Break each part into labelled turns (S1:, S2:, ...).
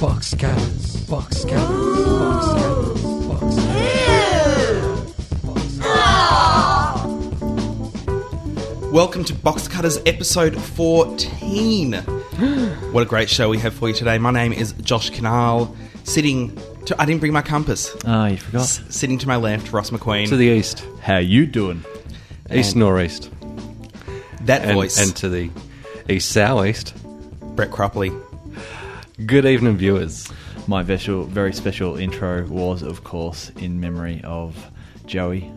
S1: Box cannons. Box cannons. Box cannons. Box
S2: Welcome to Box Cutters episode 14. what a great show we have for you today. My name is Josh Canal, sitting to I didn't bring my compass.
S3: Oh.
S4: Ah, you forgot.
S2: S- Sitting to my left, Ross McQueen.
S4: to the east. How you doing?
S3: East
S2: And-
S3: northeast.
S2: that
S3: And,
S2: voice
S3: and to the east southeast.
S2: Brett Cropley.
S3: Good evening, viewers.
S4: My visual, very special intro was, of course, in memory of Joey.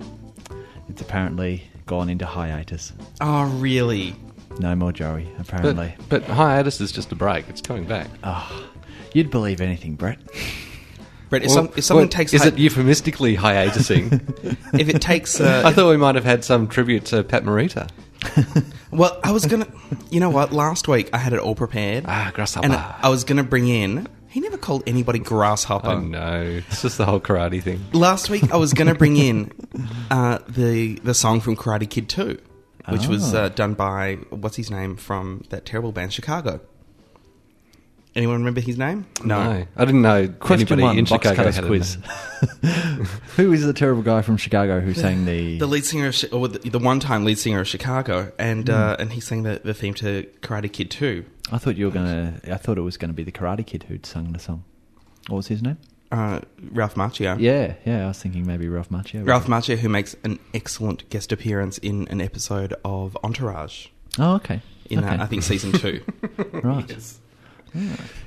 S4: It's apparently gone into hiatus.
S2: Oh really?
S4: No more Joey,
S3: But,
S4: apparently.
S3: but hiatus is just a break. It's coming back.
S4: You'd believe anything, Brett.
S2: Brett, if,
S3: Well,
S2: some, if something
S3: well,
S2: takes
S3: Is
S2: hi-
S3: it euphemistically hiatusing?
S2: if it takes uh,
S3: I thought we might have had some tribute to Pat Morita.
S2: Well, I was gonna. You know what? Last week I had it all prepared.
S3: Ah, grasshopper.
S2: And I was gonna bring in. He never called anybody grasshopper.
S3: I know. It's just the whole karate thing.
S2: Last week I was gonna bring in uh, the the song from Karate Kid Two, which was
S4: Oh.
S2: uh, done by what's his name from that terrible band Chicago. Anyone remember his name?
S3: I didn't know
S4: Question
S3: anybody
S4: one,
S3: in
S4: box
S3: Chicago
S4: cutters
S3: had a
S4: quiz. who is the terrible guy from Chicago who sang the?
S2: The lead singer of Chi- or the, the one time lead singer of Chicago, and
S4: Hmm.
S2: uh, and he sang the, the theme to Karate Kid Two.
S4: I thought you were gonna. I thought it was gonna be the Karate Kid who'd sung the song. What was his name?
S2: Uh, Ralph Macchio.
S4: Yeah, yeah. I was thinking maybe Ralph Macchio.
S2: Ralph Macchio, who makes an excellent guest appearance in an episode of Entourage
S4: Oh, okay.
S2: in
S4: okay.
S2: uh, I think season two.
S4: right.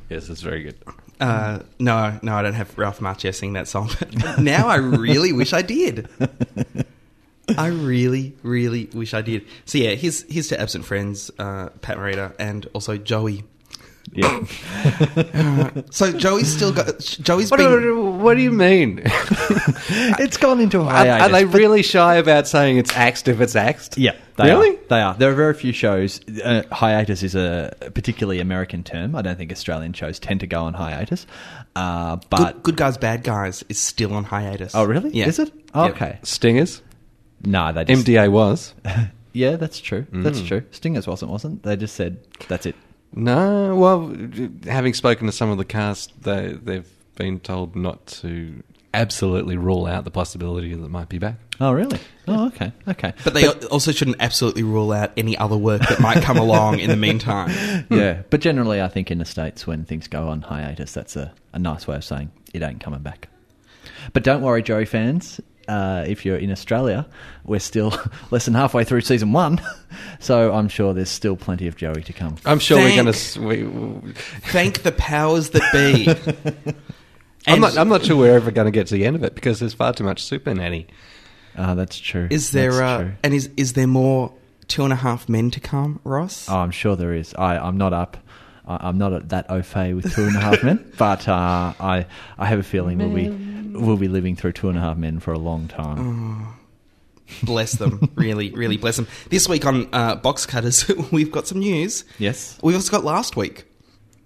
S3: Yes, it's very good.
S2: uh, no, no, I don't have Ralph Macchio sing that song. But now I really wish I did. I really, really wish I did. So yeah, here's here's to absent friends, uh, Pat Morita, and also Joey.
S4: Yeah.
S2: So Joey's still got Joey's
S3: What,
S2: been.
S3: do- what do you mean?
S4: it's gone into
S3: Are,
S4: hiatus.
S3: are they really shy about saying it's axed if it's axed?
S4: Yeah, they
S3: really?
S4: Are. They are. There are very few shows. Uh, hiatus is a particularly American term. I don't think Australian shows tend to go on hiatus. Uh, but
S2: Good, good guys, bad guys is still on hiatus.
S4: oh, really?
S2: Yeah.
S4: Is it
S2: Yep.
S4: okay?
S3: Stingers.
S4: No, they just,
S3: MDA was.
S4: Yeah, that's true.
S2: Mm.
S4: That's true. Stingers wasn't, wasn't? They just said that's it.
S3: No, well, having spoken to some of the cast, they they've been told not to absolutely rule out the possibility that it might be back.
S4: Oh, really? Oh, okay, okay.
S2: But they also shouldn't absolutely rule out any other work that might come along in the meantime.
S4: yeah, but generally, I think in the states when things go on hiatus, that's a, a nice way of saying it ain't coming back. But don't worry, Joey fans. Uh, if you're in Australia, we're still less than halfway through season one, so I'm sure there's still plenty of Joey to come.
S3: I'm sure
S2: Thank-
S3: we're going to. We,
S2: Thank the powers that be.
S3: I'm
S2: And
S3: not. I'm not sure we're ever going to get to the end of it because there's far too much super nanny.
S4: Ah, that's true.
S2: is there
S4: That's
S2: uh,
S4: true.
S2: and is is there more two and a half men to come, Ross?
S4: Oh, I'm sure there is. I, I'm not up. I, I'm not at that au fait with Two and a Half Men, but uh, I I have a feeling we'll be we'll be living through Two and a Half Men for a long time.
S2: Mm. Bless them, really, really bless them. This week on uh, Box Cutters, we've got some news.
S4: Yes.
S2: we've also got last week.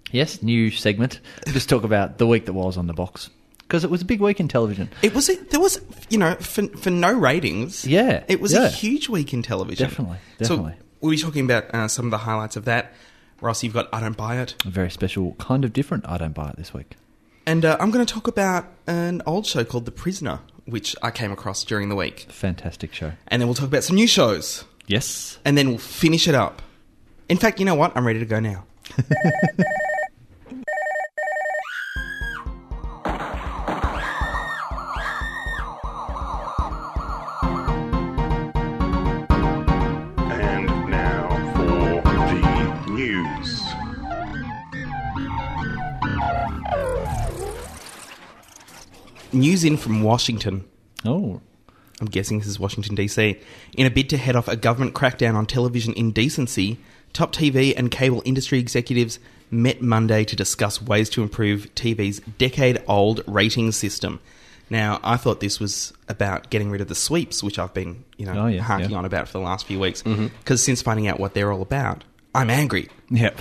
S4: Yes, new segment. Just talk about the week that was on the box because it was a big week in television.
S2: It was a, there was you know for for no ratings.
S4: Yeah,
S2: it was a
S4: yeah.
S2: huge week in television.
S4: Definitely,
S2: So
S4: definitely.
S2: we'll be talking about uh, some of the highlights of that. Ross, you've got I don't buy it.
S4: A very special, kind of different. I don't buy it this week.
S2: And uh, I'm going to talk about an old show called The Prisoner, which I came across during the week.
S4: Fantastic show.
S2: And then we'll talk about some new shows.
S4: Yes.
S2: And then we'll finish it up. In fact, you know what? I'm ready to go now.
S5: And now for the news.
S2: News in from Washington.
S4: Oh,
S2: I'm guessing this is Washington, D.C. In a bid to head off a government crackdown on television indecency, top TV and cable industry executives met Monday to discuss ways to improve TV's decade old rating system. Now, I thought this was about getting rid of the sweeps, which I've been, you know,
S4: Oh, yeah,
S2: harking
S4: yeah. Mm-hmm.
S2: on about for the last few weeks. Because since finding out what they're all about, I'm angry.
S4: yep.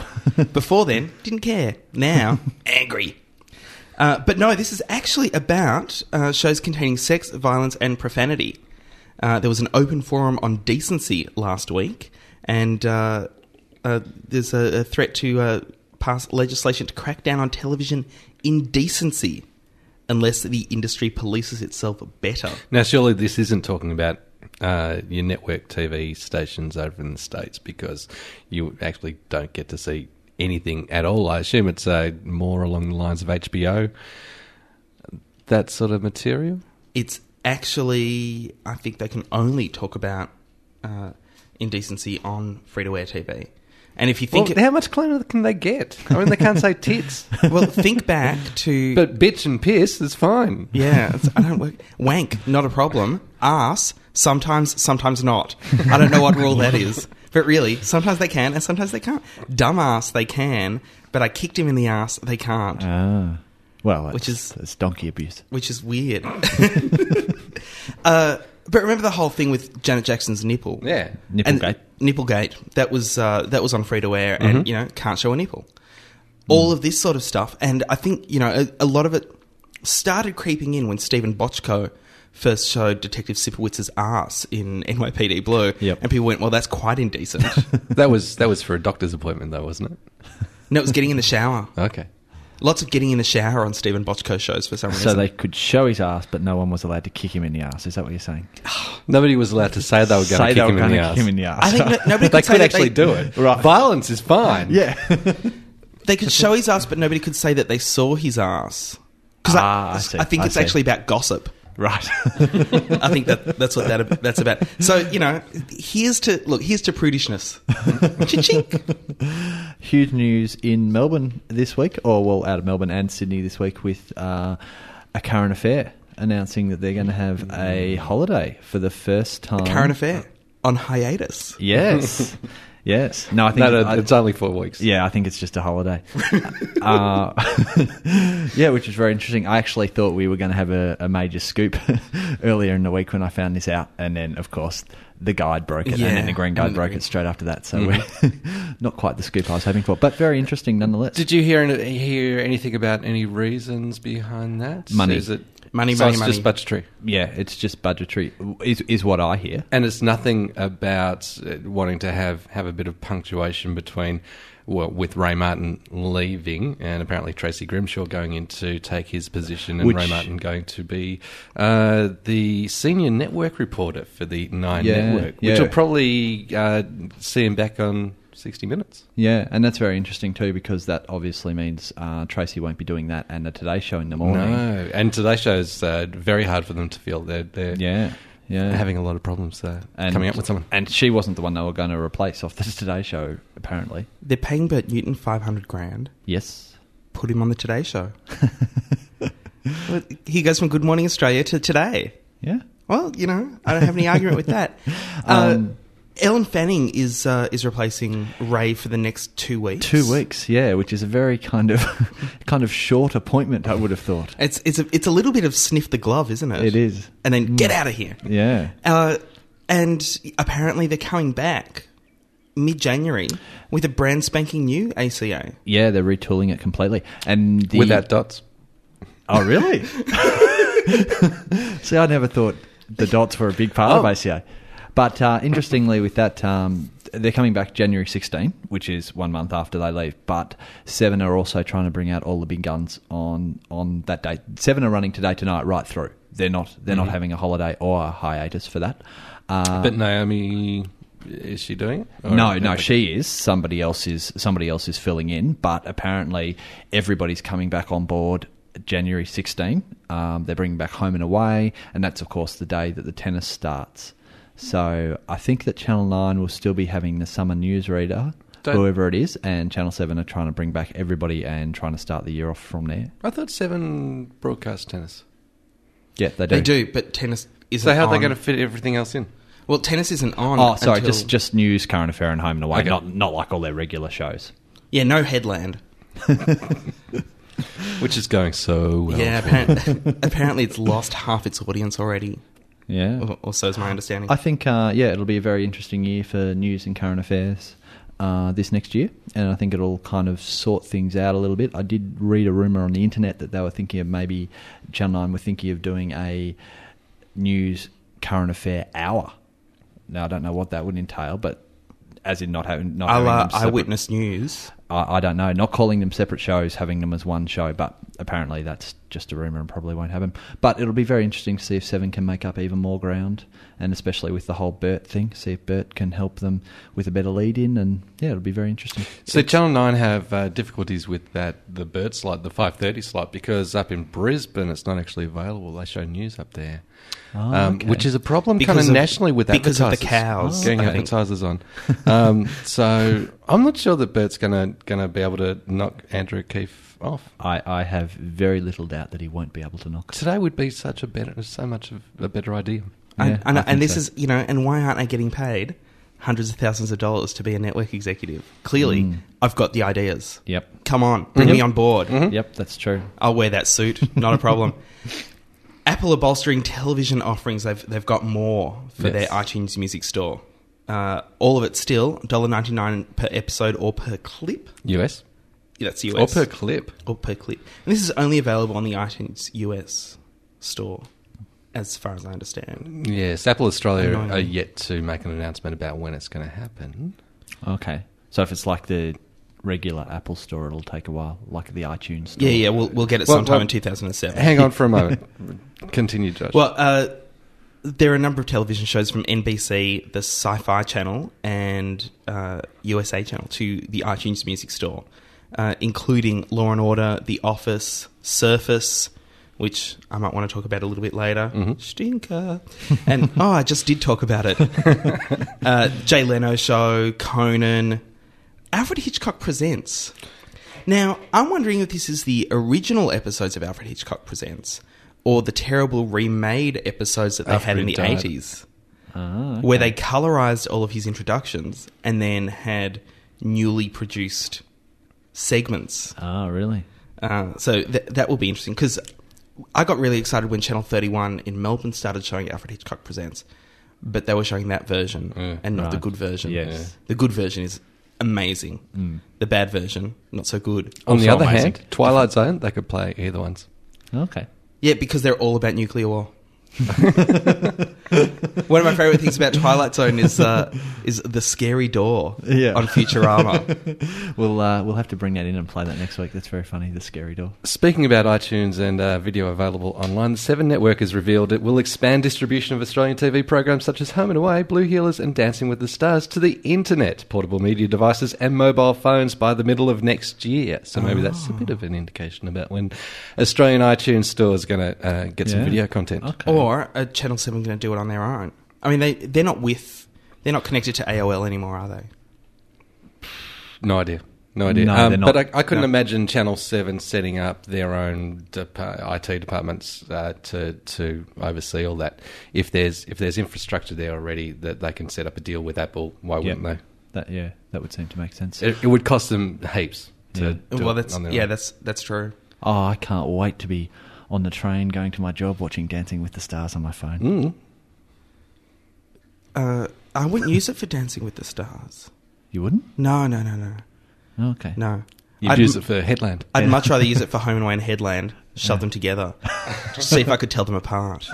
S2: Before then, didn't care. Now, angry. Uh, but no, this is actually about uh, shows containing sex, violence, and profanity. Uh, there was an open forum on decency last week, and uh, uh, there's a, a threat to uh, pass legislation to crack down on television indecency unless the industry polices itself better.
S3: Now, surely this isn't talking about uh, your network TV stations over in the States because you actually don't get to see anything at all. I assume it's uh, more along the lines of HBO, that sort of material.
S2: It's actually, I think they can only talk about uh, indecency on free to air TV. And if you think,
S3: Well, how much cleaner can they get? I mean, they can't say tits,
S2: well think back to
S3: but bitch and piss is fine.
S2: Yeah, it's, I don't work. Wank, not a problem. Ass, sometimes, sometimes not. I don't know what rule that is. But really, sometimes they can and sometimes they can't. Dumbass, they can, but I kicked him in the ass, they can't.
S3: Uh.
S4: Ah. Well,
S2: Which
S4: which
S2: is-
S4: is it's donkey abuse.
S2: Which is weird. uh, but remember the whole thing with Janet Jackson's nipple?
S3: Yeah.
S2: And-
S4: Nipplegate.
S2: Nipplegate. That was, uh, that was on free to air
S4: Mm-hmm.
S2: and, you know, can't show a nipple. All of this sort of stuff. And I think, you know, a, a lot of it started creeping in when Stephen Bochco first showed Detective Sipowitz's ass in NYPD Blue.
S4: Yep.
S2: And people went, well, that's quite indecent.
S3: That was that was for a doctor's appointment, though, wasn't it?
S2: no, it was getting in the shower.
S3: Okay.
S2: Lots of getting in the shower on Stephen Bochco shows for some reason.
S4: So they could show his ass, but no one was allowed to kick him in the ass. Is that what you're saying?
S3: Nobody was allowed to say they were
S4: Say
S3: going to
S4: they
S3: kick him
S4: were
S3: in the
S4: gonna
S3: ass.
S4: kick him in the ass.
S2: I think no- nobody could
S3: They
S2: say
S3: could
S2: that
S3: actually
S2: they-
S3: do it.
S4: Right.
S3: Violence is fine.
S4: yeah.
S2: They could show his ass, but nobody could say that they saw his ass. Because
S4: Ah,
S2: I,
S4: I see,
S2: I think
S4: I
S2: it's
S4: see.
S2: actually about gossip.
S4: right.
S2: I think that that's what that that's about. So you know, here's to look. Here's to prudishness. Chink.
S4: Huge news in Melbourne this week, or well, out of Melbourne and Sydney this week, with uh, a current affair announcing that they're going to have a holiday for the first time.
S2: Current affair on hiatus.
S4: Yes. yes. No, I think
S3: No, no,
S4: I-
S3: it's only four weeks.
S4: Yeah, I think it's just a holiday. uh, yeah, which is very interesting. I actually thought we were going to have a, a major scoop earlier in the week when I found this out, and then of course the guide broke it, and
S2: Yeah.
S4: then the green guide
S2: And the
S4: broke
S2: green-
S4: it straight after that. So we're not quite the scoop I was hoping for, but very interesting nonetheless.
S3: Did you hear any- hear anything about any reasons behind that?
S4: Money.
S3: Is it
S2: Money,
S3: so
S2: money,
S3: it's
S2: money.
S3: Just budgetary,
S4: yeah, it's just budgetary is is what I hear.
S3: and it's nothing about uh, wanting to have have a bit of punctuation between. Well, with Ray Martin leaving, and apparently Tracy Grimshaw going in to take his position, and
S4: Which-
S3: Ray Martin going to be uh, the senior network reporter for the Nine
S4: Yeah,
S3: Network, which
S4: yeah.
S3: will probably uh, see him back on sixty Minutes.
S4: Yeah, and that's very interesting too because that obviously means uh, Tracy won't be doing that and the Today Show in the morning.
S3: No, and today's show is uh, very hard for them to feel. They're, they're
S4: Yeah, yeah,
S3: having a lot of problems uh,
S4: and,
S3: coming up with someone.
S4: And she wasn't the one they were going to replace off the Today Show, apparently.
S2: They're paying Bert Newton five hundred grand.
S4: Yes.
S2: Put him on the Today Show. he goes from Good Morning Australia to Today.
S4: Yeah.
S2: Well, you know, I don't have any argument with that. Uh,
S4: Um,
S2: Ellen Fanning is uh, is replacing Ray for the next two weeks.
S4: Two weeks, yeah, which is a very kind of kind of short appointment, I would have thought.
S2: It's it's a it's a little bit of sniff the glove, isn't it?
S4: It is. Mm.
S2: And then get out of here.
S4: Yeah.
S2: Uh, and apparently they're coming back mid January with a brand spanking new ACA.
S4: Yeah, they're retooling it completely. And the,
S3: Without dots.
S4: Oh really? See I never thought the dots were a big part of
S3: Oh.
S4: ACA. But uh, interestingly with that um, they're coming back January 16, which is one month after they leave. But Seven are also trying to bring out all the big guns on on that date. Seven are running today tonight right through. They're not they're not having a holiday or a hiatus for that. Uh,
S3: But Naomi, is she doing it? Or-
S4: no, no,
S3: okay.
S4: she is. Somebody else is somebody else is filling in, but apparently everybody's coming back on board January 16. Um, they're bringing back home and away, and that's of course the day that the tennis starts. So I think that Channel Nine will still be having the summer newsreader,
S3: Don't-
S4: whoever it is, and Channel Seven are trying to bring back everybody and trying to start the year off from there.
S3: I thought Seven broadcast tennis.
S4: Yeah, they do.
S2: They do, but tennis isn't.
S3: So how are they
S2: on.
S3: going to fit everything else in?
S2: Well, tennis isn't on.
S4: Oh, sorry,
S2: until-
S4: just just news, current affair, and home and away.
S3: Okay.
S4: Not not like all their regular shows.
S2: yeah, no headland.
S3: Which is going so
S4: Oh,
S3: well.
S2: yeah,
S3: for them.
S2: apparently, apparently it's lost half its audience already,
S4: Yeah,
S2: or, or so is my understanding.
S4: I think, uh, yeah, it'll be a very interesting year for news and current affairs uh, this next year, and I think it'll kind of sort things out a little bit. I did read a rumor on the internet that they were thinking of maybe Channel Nine were thinking of doing a news current affair hour. Now I don't know what that would entail, but as in not having not
S2: a
S4: having
S2: la
S4: them separate-
S2: eyewitness uh, news.
S4: I, I don't know. Not calling them separate shows, having them as one show, but apparently that's just a rumor and probably won't happen. But it'll be very interesting to see if Seven can make up even more ground, and especially with the whole Bert thing, see if Bert can help them with a better lead in, and yeah, it'll be very interesting.
S3: So Channel Nine have uh, difficulties with that the bird slot, the five thirty slot, because up in Brisbane it's not actually available. They show news up there, Um,
S4: Oh, okay.
S3: which is a problem kind
S2: Because
S3: of
S2: of-
S3: nationally with
S2: because of the
S3: advertisers.
S2: cows,
S3: getting
S2: I think.
S3: advertisers on. Um, so I'm not sure that Bert's gonna gonna be able to knock Andrew Keefe off.
S4: I, I have very little doubt that he won't be able to knock.
S3: Today would be such a better, so much of a better idea.
S4: Yeah,
S2: and, and,
S4: I think
S2: and this
S4: so.
S2: is you know, and why aren't I getting paid hundreds of thousands of dollars to be a network executive? Clearly,
S4: Mm.
S2: I've got the ideas.
S4: Yep.
S2: Come on, bring
S4: Mm-hmm.
S2: me on board.
S4: Yep, that's true.
S2: I'll wear that suit. Not a problem. Apple are bolstering television offerings. They've they've got more for their
S3: Yes.
S2: iTunes Music store. Uh, all of it still $1.99 per episode or per clip.
S3: US
S2: Yeah, that's
S3: or
S2: US
S3: per clip.
S2: or per clip. And this is only available on the iTunes US store, as far as I understand.
S3: Yes, Apple Australia
S2: Annoying.
S3: are yet to make an announcement about when it's going to happen.
S4: Okay. So if it's like the regular Apple store, it'll take a while, like the iTunes store.
S2: Yeah, yeah, we'll we'll get it
S3: Well,
S2: sometime
S3: well-
S2: in 2007.
S3: Hang on for a moment. Continue, Josh.
S2: Well, uh, there are a number of television shows from NBC, the Sci Fi Channel, and uh, USA Channel to the iTunes Music Store, uh, including Law and Order, The Office, Surface, which I might want to talk about a little bit later. Stinker. and oh, I just did talk about it. uh, Jay Leno Show, Conan, Alfred Hitchcock Presents. Now, I'm wondering if this is the original episodes of Alfred Hitchcock Presents or the terrible remade episodes that they had
S3: Alfred
S2: in the
S3: died.
S2: 80s,
S4: Ah,
S2: where they colorized all of his introductions and then had newly produced segments.
S4: Ah, really?
S2: Uh, so th- that will be interesting because I got really excited when Channel 31 in Melbourne started showing Alfred Hitchcock Presents, but they were showing that version
S3: Yeah,
S2: and not the
S4: right.
S2: good version.
S4: Yes.
S2: The good version is amazing,
S3: Mm.
S4: Hmm.
S2: the bad version, not so good.
S3: On the
S2: Also
S3: other
S2: amazing.
S3: hand, Twilight Zone, they could play either ones.
S4: Okay.
S2: Yeah, because they're all about nuclear war. One of my favorite things about Twilight Zone is uh, is the scary door
S4: Yeah.
S2: on Futurama.
S4: We'll uh, we'll have to bring that in and play that next week. That's very funny. The scary door.
S3: Speaking about iTunes and uh, video available online, the Seven Network has revealed it will expand distribution of Australian TV programs such as Home and Away, Blue Heelers, and Dancing with the Stars to the internet, portable media devices, and mobile phones by the middle of next year. So maybe that's a bit of an indication about when Australian iTunes Store is going to uh, get some
S4: Yeah.
S3: video content. Oh,
S4: Okay.
S2: or uh, Channel Seven going to do it on their own? I mean, they they're not with they're not connected to AOL anymore, are they?
S3: No idea. No idea.
S4: No, they're
S3: um,
S4: not.
S3: but I, I couldn't
S2: No.
S3: imagine Channel 7 setting up their own depa- IT departments uh, to, to oversee all that. If there's, if there's infrastructure there already that they can set up a deal with Apple, why
S4: Yeah.
S3: wouldn't
S4: That yeah, that would seem to make sense.
S3: they? It, it would cost them heaps to
S4: Yeah.
S3: do
S2: well,
S3: it
S2: that's
S3: on their
S2: yeah,
S3: own.
S2: that's that's true.
S4: oh, I can't wait to be on the train going to my job watching Dancing with the Stars on my phone.
S3: Mm.
S2: Uh, I wouldn't use it for Dancing with the Stars.
S4: You wouldn't? Oh,
S2: No, no, no, no,
S4: Okay.
S2: no.
S3: You'd
S2: I'd-
S3: use it for Headland.
S2: I'd
S4: Yeah.
S2: much rather use it for Home and Away and Headland. Shove them together. Just see if I could tell them apart.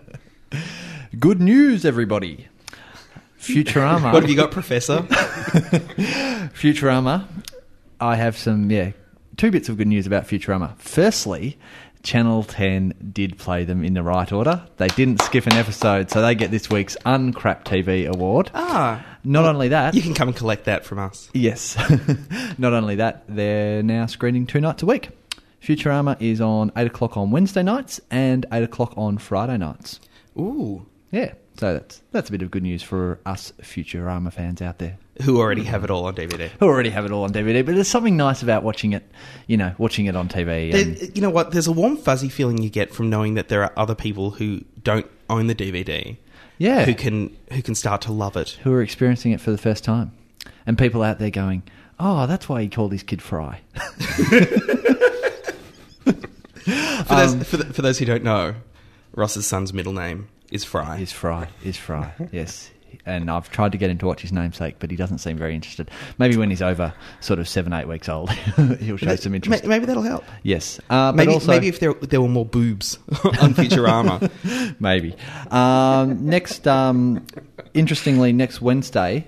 S4: Good news, everybody. Futurama.
S2: What have you got, Professor?
S4: Futurama. I have some, yeah, two bits of good news about Futurama. Firstly, Channel 10 did play them in the right order. They didn't skip an episode, so they get this week's Uncrap TV award.
S2: Ah,
S4: Not only that,
S2: You can come and collect that from us.
S4: yes, not only that, they're now screening two nights a week. Futurama is on 8 o'clock on Wednesday nights and 8 o'clock on Friday nights.
S2: Ooh.
S4: Yeah, so that's, that's a bit of good news for us Futurama fans out there.
S2: Who already have it all on DVD.
S4: who already have it all on DVD. But there's something nice about watching it, you know, watching it on TV.
S2: There-
S4: And,
S2: you know what? There's a warm, fuzzy feeling you get from knowing that there are other people who don't own the DVD.
S4: yeah,
S2: Who can who can start to love it.
S4: who are experiencing it for the first time, and people out there going, "Oh, that's why he called his kid Fry."
S2: For, those, for, th for those who don't know, Ross's son's middle name is Fry.
S4: is Fry? Is Fry? Yes. And I've tried to get him to watch his namesake, but he doesn't seem very interested. Maybe when he's over, sort of seven, eight weeks old, he'll show some
S2: Ma-
S4: interest.
S2: Maybe that'll help.
S4: Yes, uh, but
S2: Maybe,
S4: also-
S2: maybe if there, there were more boobs on Futurama.
S4: Maybe. Um, next, um, interestingly, next Wednesday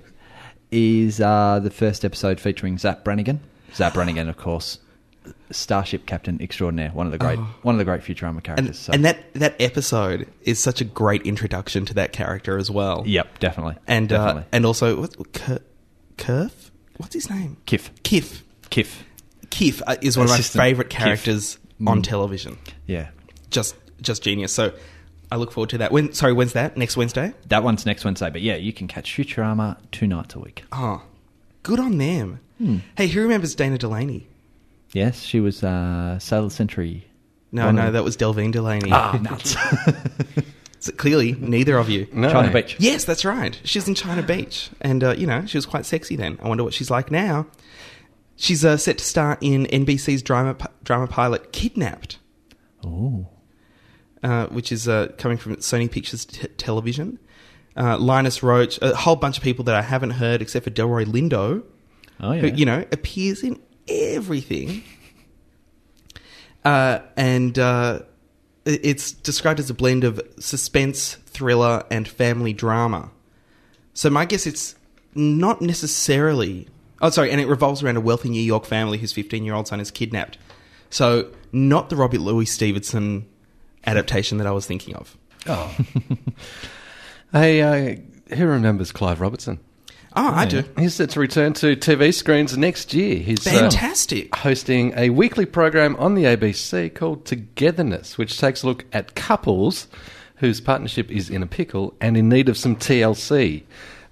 S4: is uh, the first episode featuring Zap Brannigan. Zap Brannigan, of course, Starship Captain Extraordinaire, one of the great, one of the great Futurama characters.
S2: Oh. And,
S4: so-
S2: and that, that episode is such a great introduction to that character as well.
S4: yep, definitely,
S2: And
S4: definitely.
S2: Uh, and also what Ker, Kerf? What's his name?
S4: Kif,
S2: Kif.
S4: Kif,
S2: Kif uh, is one of
S4: Assistant
S2: my favorite
S4: Kif.
S2: characters on
S4: Mm.
S2: television.
S4: yeah,
S2: Just just genius. So I look forward to that. When sorry, when's that? Next Wednesday?
S4: that one's next Wednesday. But yeah, you can catch Futurama two nights a week.
S2: Oh. Good on them.
S4: Hmm.
S2: Hey, who remembers Dana Delaney?
S4: Yes, she was uh, Sailor Century.
S2: No,
S4: One of
S2: no,
S4: them.
S2: that was Delvine Delaney.
S4: Ah, nuts.
S2: So clearly, neither of you.
S3: No.
S4: China Beach.
S2: Yes, that's right. She's in China Beach, and uh, you know she was quite sexy then. I wonder what she's like now. She's uh, set to star in NBC's drama pi- drama pilot Kidnapped,
S4: Ooh.
S2: uh, which is uh, coming from Sony Pictures t- Television. Uh, Linus Roach, a whole bunch of people that I haven't heard except for Delroy Lindo,
S4: Oh yeah.
S2: who you know appears in everything. Uh, and uh, i- it's described as a blend of suspense, thriller, and family drama. So my guess it's not necessarily. Oh, sorry, and it revolves around a wealthy New York family whose 15-year-old son is kidnapped. So not the Robert Louis Stevenson adaptation that I was thinking of.
S3: Oh. hey, uh, who remembers Clive Robertson?
S2: Oh, I do.
S3: He's set to return to TV screens next year. He's uh,
S2: Fantastic.
S3: hosting a weekly program on the ABC called Togetherness, which takes a look at couples whose partnership is in a pickle and in need of some TLC,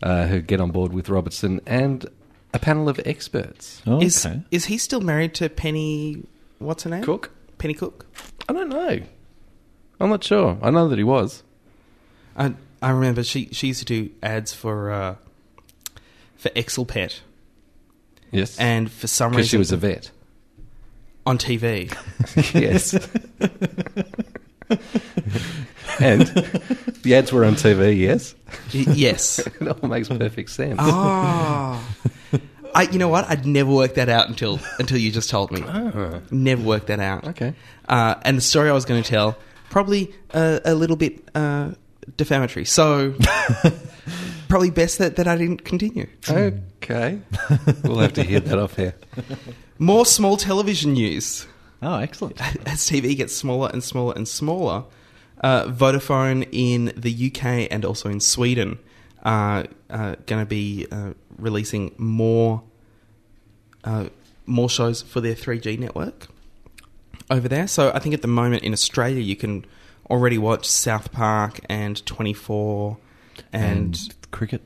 S3: uh, who get on board with Robertson and a panel of experts.
S4: Oh, okay.
S2: Is is he still married to Penny? What's her name?
S3: Cook?
S2: Penny Cook.
S3: I don't know. I'm not sure. I know that he was.
S2: I I remember she she used to do ads for uh, for Excel Pet,
S3: Yes.
S2: and for some reason
S3: Because she was a vet.
S2: on TV.
S3: Yes. and the ads were on TV, yes.
S2: Y- yes.
S3: It all makes perfect sense.
S2: Oh. I, you know what? I'd never worked that out until until you just told me. Never worked that out.
S3: Oh. Okay.
S2: Uh, and the story I was going to tell probably uh, a little bit uh, defamatory. So probably best that, that I didn't continue.
S3: Okay. we'll have to hear that off here.
S2: More small television news.
S4: Oh, excellent.
S2: as TV gets smaller and smaller and smaller, uh, Vodafone in the UK and also in Sweden are uh, going to be uh, releasing more uh, more shows for their 3G network over there. So I think at the moment in Australia you can already watch South Park and 24 and,
S4: cricket.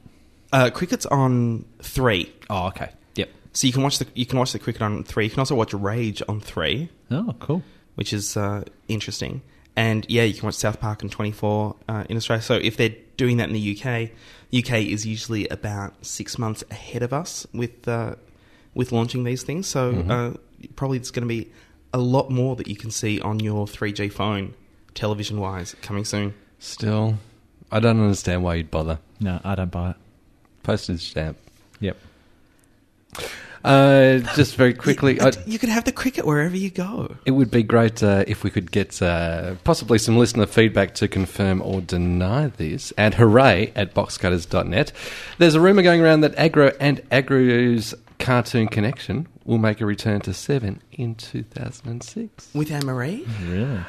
S2: uh, cricket's on 3.
S4: Oh, okay. Yep.
S2: So you can watch the you can watch the cricket on 3. You can also watch Rage on 3
S4: Oh, cool.
S2: which is uh, interesting. And yeah, you can watch South Park and 24 uh, in Australia. So if they're doing that in the UK, UK is usually about six months ahead of us with uh, with launching these things. So
S3: Mm-hmm.
S2: uh, probably it's going to be a lot more that you can see on your 3G phone, television wise, coming soon.
S3: Still, I don't understand why you'd bother.
S4: No, I don't buy it.
S3: Postage stamp.
S4: Yep.
S3: Uh, just very quickly,
S2: you,
S3: I,
S2: you could have the cricket wherever you go.
S3: it would be great uh, if we could get uh, possibly some listener feedback to confirm or deny this. And hooray at boxcutters.net. There's a rumour going around that Agro and Agro's Cartoon Connection will make a return to 7 in 2006.
S2: With Anne Marie,
S3: Mm-hmm.
S4: Really?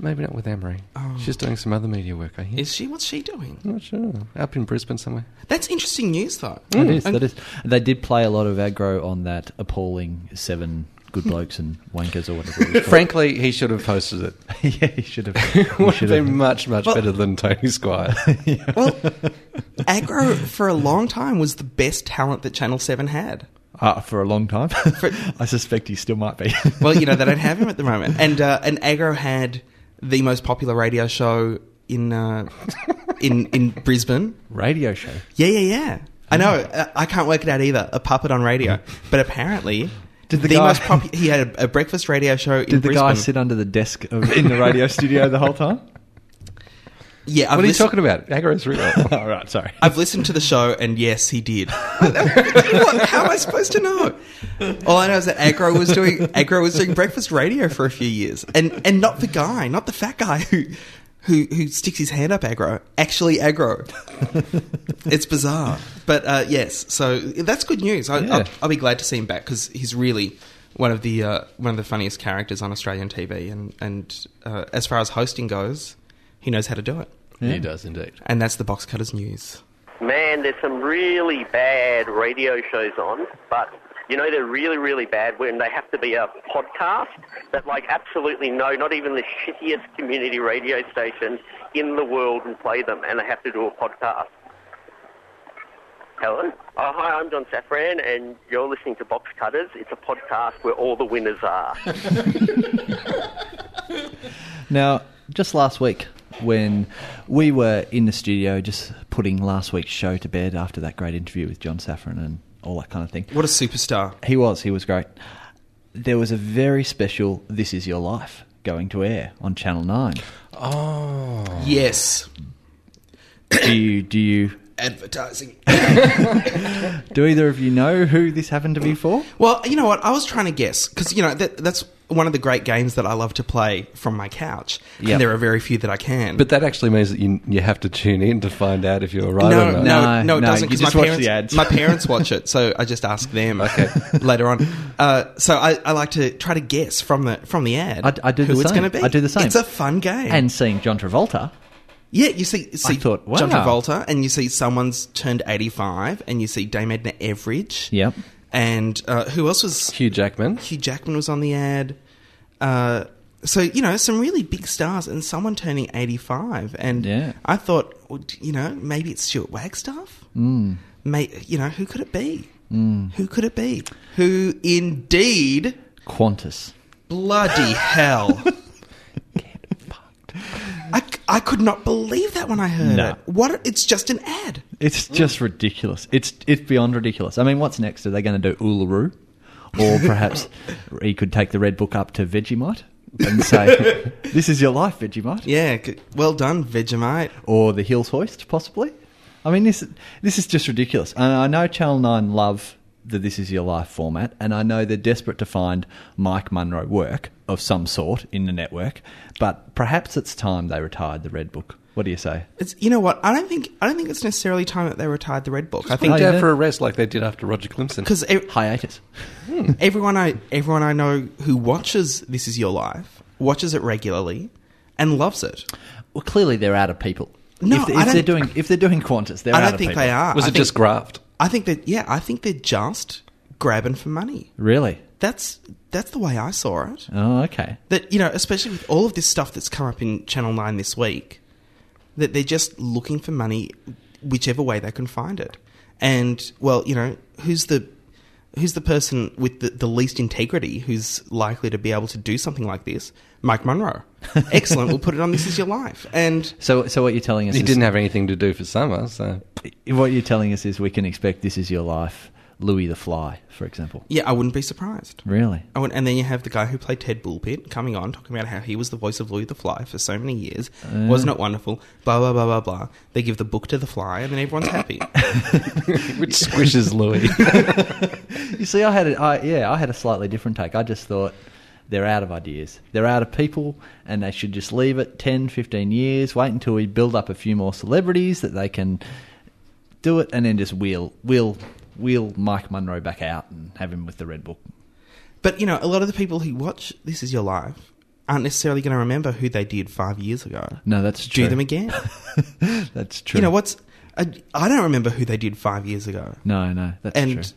S3: Maybe not with Amory.
S2: Oh.
S3: She's doing some other media work, I hear.
S2: is she? What's she doing?
S3: I'm not sure. Up in Brisbane somewhere.
S2: That's interesting news, though.
S4: That is.
S2: And-
S4: That is. They did play a lot of aggro on that appalling seven good blokes and wankers or whatever. It was called.
S3: Frankly, he should have hosted it.
S4: yeah, he should have. he
S3: Would have
S4: should
S3: been
S4: have.
S3: much, much
S2: Well-
S3: better than Tony Squire.
S2: Well, aggro for a long time was the best talent that Channel 7 had.
S4: Uh, for a long time. I suspect he still might be.
S2: Well, you know, they don't have him at the moment. And uh, and aggro had the most popular radio show in uh, in in Brisbane.
S4: radio show.
S2: Yeah, yeah, yeah. I know. uh, I can't work it out either. A puppet on radio. But apparently,
S4: Did the
S2: the
S4: guy-
S2: most popu- he had a, a breakfast radio show in
S4: Did the
S2: Brisbane.
S4: guy sit under the desk of, in the radio studio the whole time?
S2: yeah, I've
S3: what are you
S2: listen-
S3: talking about? Agro's real.
S4: All right, sorry.
S2: I've listened to the show, and yes, he did. what, how am I supposed to know? All I know is that Agro was doing Agro was doing breakfast radio for a few years, and and not the guy, not the fat guy who who who sticks his hand up aggro actually aggro. it's bizarre, but uh, yes. So that's good news. I,
S3: Yeah.
S2: I'll, I'll be glad to see him back because he's really one of the uh, one of the funniest characters on Australian TV, and and uh, as far as hosting goes, he knows how to do it.
S4: Yeah.
S3: He does indeed.
S2: And that's the box cutters news.
S6: Man, there's some really bad radio shows on, but you know they're really, really bad when they have to be a podcast that like absolutely no, not even the shittiest community radio station in the world will play them, and they have to do a podcast. Helen, oh, hi, I'm John Safran, and you're listening to Box Cutters. It's a podcast where all the winners are.
S4: Now, just last week, when we were in the studio just putting last week's show to bed after that great interview with John Saffron and all that kind of thing,
S2: What a superstar!
S4: he was, he was great. There was a very special This Is Your Life going to air on Channel 9. Oh.
S2: Yes,
S4: do you, do you,
S2: advertising.
S4: do either of you know who this happened to be for?
S2: Well, you know what? I was trying to guess because you know that, that's one of the great games that I love to play from my couch,
S4: Yep.
S2: and there are very few that I can.
S3: But that actually means that you you have to tune in to find out if you're right
S2: no,
S3: or
S2: no,
S3: not.
S2: no,
S4: No,
S2: it
S4: no,
S2: doesn't.
S4: you
S2: 'cause
S4: just
S2: my
S4: watch
S2: parents,
S4: the ads.
S2: my parents watch it, so I just ask them later on. Uh, so I, I like to try to guess from the from the ad.
S4: I- I do
S2: who
S4: the
S2: it's
S4: same.
S2: going to be.
S4: I do the same.
S2: It's a fun game.
S4: And seeing John Travolta,
S2: yeah, you see, see
S4: thought, wow.
S2: John Travolta, and you see someone's turned eighty five, and you see Dame Edna Everidge.
S4: Yep.
S2: And uh, who else was
S3: Hugh Jackman.
S2: Hugh Jackman was on the ad. Uh, so you know some really big stars, and someone turning eighty five, and
S4: Yeah.
S2: I thought, well, d- you know, maybe it's Stuart Wagstaff.
S4: Mm.
S2: May, you know, who could it be? Who could it be? Who indeed?
S4: Qantas.
S2: Bloody hell! I, c- I could not believe that when I heard
S4: No.
S2: it. What? a- It's just an ad.
S4: It's just ridiculous. It's it's beyond ridiculous. I mean, what's next? Are they going to do Uluru, or perhaps he could take the red book up to Vegemite and say, "This is your life, Vegemite,"
S2: Yeah. c- Well done, Vegemite.
S4: or the heels hoist, possibly. I mean, this this is just ridiculous. And I know Channel Nine love the "This Is Your Life" format, and I know they're desperate to find Mike Munro work of some sort in the network. But perhaps it's time they retired the red book. What do you say?
S2: It's, you know what? I don't think I don't think it's necessarily time that they retired the Red Book. I
S3: I
S2: think e,
S3: think
S4: Oh,
S3: down
S4: yeah.
S3: for a rest like they did after Roger Clemson.
S2: because
S4: Hiatus.
S2: everyone I everyone I know who watches This Is Your Life watches it regularly and loves it.
S4: Well, clearly they're out of people.
S2: No,
S4: if, they,
S2: I
S4: if they're
S2: don't-
S4: doing if they're doing Qantas, they're
S2: I
S4: out
S2: don't
S4: of
S2: think
S4: people.
S2: they are.
S3: Was
S2: I
S3: it
S2: think-
S3: just graft?
S2: I think that yeah, I think they're just grabbing for money.
S4: Really?
S2: That's that's the way I saw it.
S4: Oh, okay.
S2: That you know, especially with all of this stuff that's come up in Channel Nine this week, that they're just looking for money, whichever way they can find it. And well, you know, who's the who's the person with the, the least integrity who's likely to be able to do something like this? Mike Munro. Excellent. we'll put it on. This is your life. And
S4: So, so what you're telling us
S3: He
S4: is
S3: didn't have anything to do for summer, so
S4: what you're telling us is we can expect this is your life, Louis the Fly, for example.
S2: yeah, I wouldn't be surprised.
S4: Really?
S2: Oh, and, and then you have the guy who played Ted Bullpit coming on, talking about how he was the voice of Louis the Fly for so many years. Wasn't it wonderful? Blah, blah, blah, blah, blah. They give the book to the fly, and then everyone's happy.
S3: which squishes Louis.
S4: You see, I had a, I, yeah, I had a slightly different take. I just thought they're out of ideas, they're out of people, and they should just leave it 10, 15 years, wait until we build up a few more celebrities that they can do it, and then just wheel wheel wheel Mike Munro back out and have him with the red book.
S2: but, you know, a lot of the people who watch This Is Your Life aren't necessarily going to remember who they did five years ago.
S4: No, that's
S2: Do
S4: true.
S2: them again.
S4: That's true.
S2: you know, what's. I, I don't remember who they did five years ago.
S4: No, no, that's
S2: and
S4: true.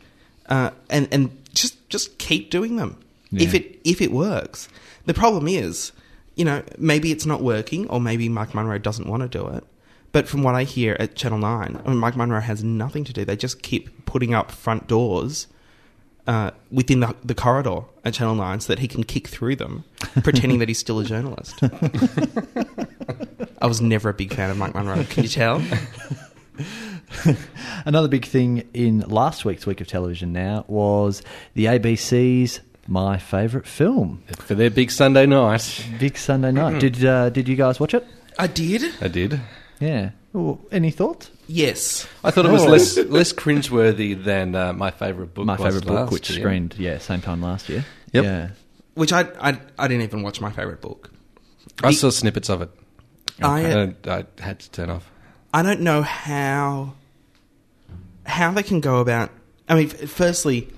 S2: uh, and and just just keep doing them
S4: Yeah.
S2: if it if it works. The problem is, you know, maybe it's not working, or maybe Mike Munro doesn't want to do it. But from what I hear at Channel Nine, I mean, Mike Munro has nothing to do. They just keep putting up front doors. Uh, within the, the corridor at Channel 9 so that he can kick through them, pretending that he's still a journalist. I was never a big fan of Mike Munro. Can you tell?
S4: Another big thing in last week's week of television now was the ABC's My Favorite Film,
S3: for their big Sunday night.
S4: Big Sunday
S3: Mm-hmm.
S4: Night. Did uh, did you guys watch it?
S2: I did?
S3: I did.
S4: Yeah. Well, any thoughts?
S2: Yes.
S3: I thought it was less less cringeworthy than uh, my favourite book.
S4: My
S3: was
S4: Favorite Book,
S3: last
S4: which
S3: year.
S4: screened yeah same time last year.
S3: Yep.
S4: Yeah.
S2: Which I, I, I didn't even watch my favourite book.
S3: I saw snippets of it.
S2: I-
S3: I, don't- I had to turn off.
S2: I don't know how how they can go about. I mean, f- firstly,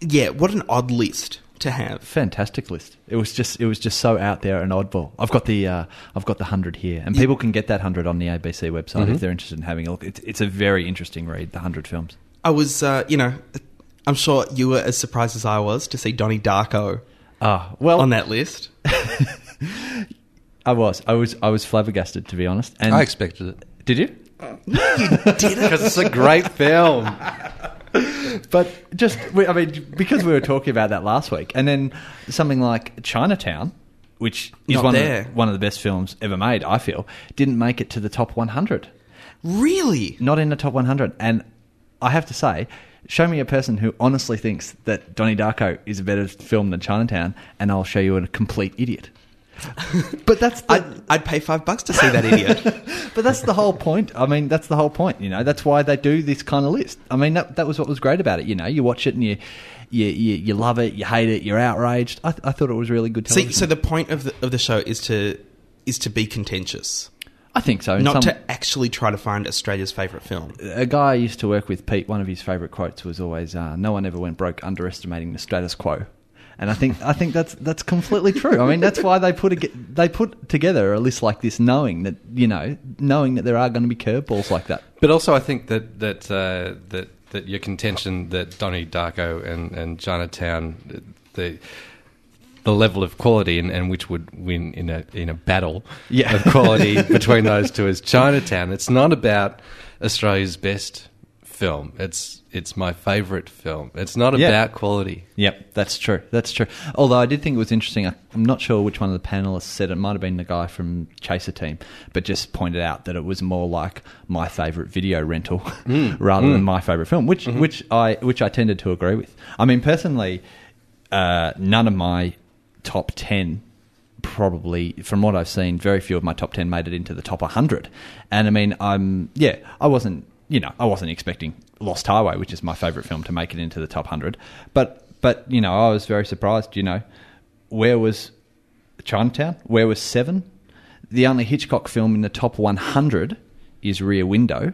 S2: yeah, what an odd list to have.
S4: Fantastic list. It was just it was just so out there and oddball. I've got the uh, I've got the hundred here, and people can get that hundred on the ABC website
S3: Mm-hmm.
S4: if they're interested in having a look. It's, it's a very interesting read. The hundred films.
S2: I was, uh, you know, I'm sure you were as surprised as I was to see Donnie Darko
S4: Ah, well,
S2: on that list.
S4: I was I was I was flabbergasted to be honest. And
S3: I expected it
S4: did you?
S3: because it's a great film.
S4: But just, we- I mean, because we were talking about that last week, and then something like Chinatown, which is
S2: Not
S4: one of,
S2: there.
S4: the, one of the best films ever made, I feel, didn't make it to the top 100.
S2: Really?
S4: Not in the top 100. And I have to say, show me a person who honestly thinks that Donnie Darko is a better film than Chinatown, and I'll show you a complete idiot. but that's the,
S2: I'd, I'd pay five bucks to see that idiot.
S4: but that's the whole point. I mean, that's the whole point. You know, that's why they do this kind of list. I mean, that that was what was great about it. You know, you watch it and you you you, you love it, you hate it, you're outraged. I, th- I thought it was really good
S2: see,
S4: television.
S2: so the point of the, of the show is to is to be contentious,
S4: I think so. And
S2: not
S4: some-
S2: to actually try to find Australia's favourite film.
S4: a guy I used to work with, Pete. One of his favourite quotes was always, uh, "No one ever went broke underestimating the status quo." And I think I think that's that's completely true. I mean, that's why they put a, they put together a list like this, knowing that you know, knowing that there are going to be curveballs like that.
S3: But also, I think that that uh, that that your contention that Donnie Darko and, and Chinatown the the level of quality and, and which would win in a in a battle
S4: Yeah.
S3: of quality between those two is Chinatown. It's not about Australia's best film. It's it's my favourite film. It's not
S4: Yeah.
S3: about quality.
S4: Yep, that's true. That's true. Although I did think it was interesting. I- I'm not sure which one of the panelists said it. it might have been the guy from Chaser Team, but just pointed out that it was more like my favorite video rental rather than my favorite film, which which I which I tended to agree with. I mean, personally, uh, none of my top ten probably from what I've seen, very few of my top ten made it into the top hundred. And I mean, I'm yeah, I wasn't you know I wasn't expecting Lost Highway, which is my favorite film, to make it into the top hundred. But but you know I was very surprised. You know, where was Chinatown? Where was Seven? The only Hitchcock film in the top one hundred is Rear Window,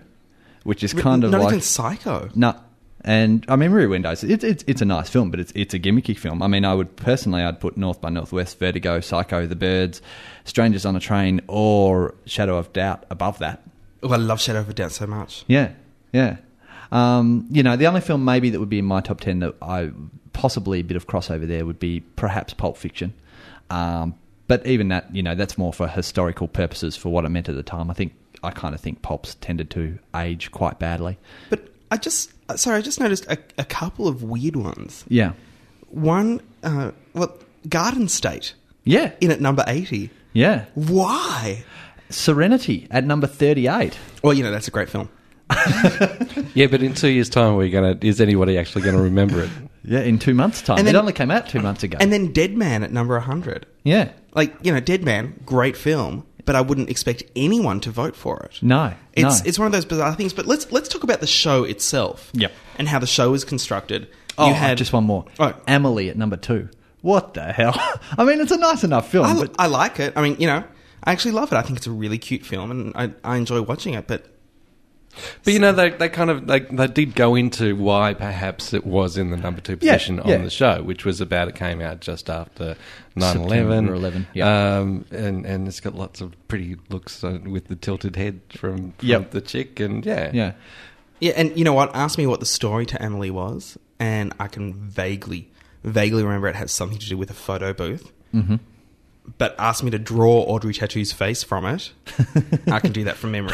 S4: which is kind of
S2: not
S4: like
S2: even Psycho.
S4: no. And I mean, Rear Windows. It's it's it's a nice film, but it's it's a gimmicky film. I mean, I would personally, I'd put North by Northwest, Vertigo, Psycho, The Birds, Strangers on a Train, or Shadow of Doubt above that.
S2: Oh, I love Shadow of a Doubt so much.
S4: Yeah, yeah. Um, you know, the only film maybe that would be in my top ten that I possibly a bit of crossover there would be perhaps Pulp Fiction. Um, but even that, you know, that's more for historical purposes for what it meant at the time. I think I kind of think pulps tended to age quite badly.
S2: But I just uh, sorry, I just noticed a, a couple of weird ones.
S4: Yeah,
S2: One, uh, well, Garden State
S4: yeah,
S2: in at number eighty.
S4: yeah.
S2: Why?
S4: Serenity at number 38.
S2: Well, you know that's a great film.
S3: Yeah, but in two years' time, we're gonna is anybody actually gonna remember it?
S4: Yeah, in two months' time.
S2: And then-
S4: it only came out two months ago.
S2: And then Dead Man at number hundred.
S4: yeah.
S2: Like you know, Dead Man, great film, but I wouldn't expect anyone to vote for it.
S4: No.
S2: It's
S4: no.
S2: it's one of those bizarre things. But let's let's talk about the show itself.
S4: Yep.
S2: And how the show is constructed.
S4: oh, just one more.
S2: Oh.
S4: Emily at number two. What the hell? I mean, it's a nice enough film.
S2: I,
S4: but
S2: I like it. I mean, you know, I actually love it. I think it's a really cute film, and I, I enjoy watching it. But
S3: But you know, they, they kind of they, they did go into why perhaps it was in the number two
S4: Yeah,
S3: position
S4: yeah.
S3: on the show, which was about it came out just after 9 11.
S4: September 11, yeah.
S3: Um, and, and it's got lots of pretty looks uh, with the tilted head from, from
S4: Yep.
S3: the chick. And yeah.
S4: yeah.
S2: yeah, and you know what? Ask me what the story to Emily was, and I can vaguely, vaguely remember it has something to do with a photo booth.
S4: Mm-hmm.
S2: But ask me to draw Audrey Tattoo's face from it. I can do that from memory.